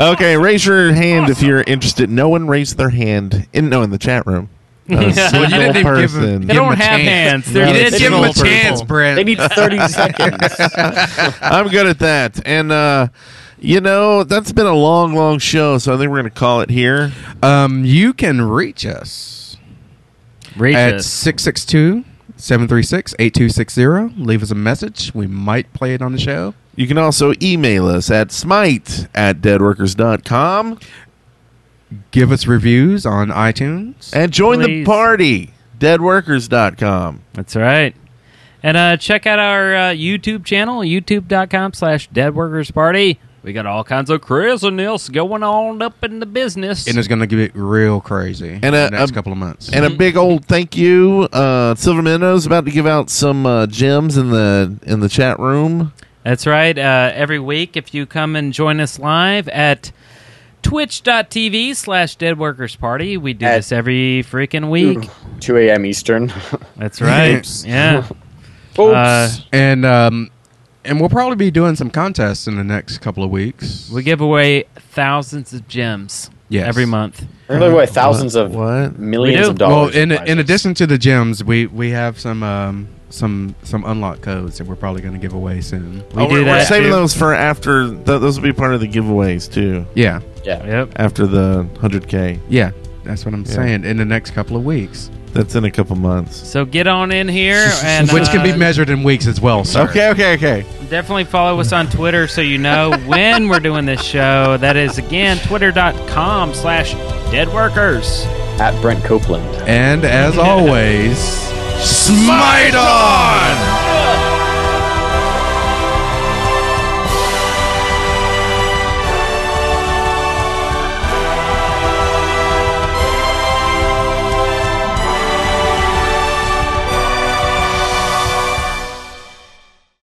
B: Okay, raise your hand if you're interested. No one raised their hand. In no, in the chat room. Not a
C: Yeah. Well, you
A: You
B: single
A: didn't even give
B: person.
A: him,
C: They
A: give
C: don't
A: him a
C: have
A: chance.
C: hands. They're
A: you didn't give him a
C: digital
A: chance,
C: people.
A: Brant.
D: They need 30 seconds.
B: I'm good at that. And uh, you know, that's been a long, long show, so I think we're gonna call it here.
A: um, you can reach us
C: Reach
A: at
C: us.
A: 662 736 8260. Leave us a message. We might play it on the show.
B: You can also email us at smite at deadworkers.com
A: Give us reviews on iTunes.
B: and join the
C: Please.
B: party. Deadworkers.com.
C: That's right. And uh, check out our uh, YouTube channel, youtube.com slash Deadworkers Party. We got all kinds of craziness going on up in the business.
A: and it's going to get real crazy in
B: And, uh,
A: the next
B: um,
A: couple of months.
B: And a big old thank you. Uh Silver Minnow's about to give out some uh, gems in the in the chat room.
C: That's right. Uh, every week, if you come and join us live at twitch.tv slash Deadworkers Party, we do
D: At-
C: this every freaking week.
D: 2 a.m. Eastern.
C: That's right. yeah.
D: Oops.
C: Uh,
A: And, um, and we'll probably be doing some contests in the next couple of weeks.
C: We give away thousands of gems
A: Yes.
C: every month.
D: By the way, thousands of
B: What?
D: millions
C: do.
D: of
A: well,
D: dollars.
A: in in
D: prizes.
A: addition to the gems, we we have some um, some some unlock codes that we're probably going to give away soon.
C: We
B: Oh,
C: do
B: we're, we're
C: that.
B: saving
A: too.
B: those for after. Th- those will be part of the giveaways too.
A: Yeah,
D: yeah.
C: Yep.
B: After the 100k,
A: yeah, that's what I'm saying. In the next couple of weeks,
B: that's in a couple months.
C: So get on in here and
A: which can be
C: uh,
A: measured in weeks as well. Sir.
B: Okay, okay, okay.
C: Definitely follow us on Twitter so you know when we're doing this show. That is again twitter.com slash deadworkers.
D: At Brent Copeland.
A: And as always, smite on.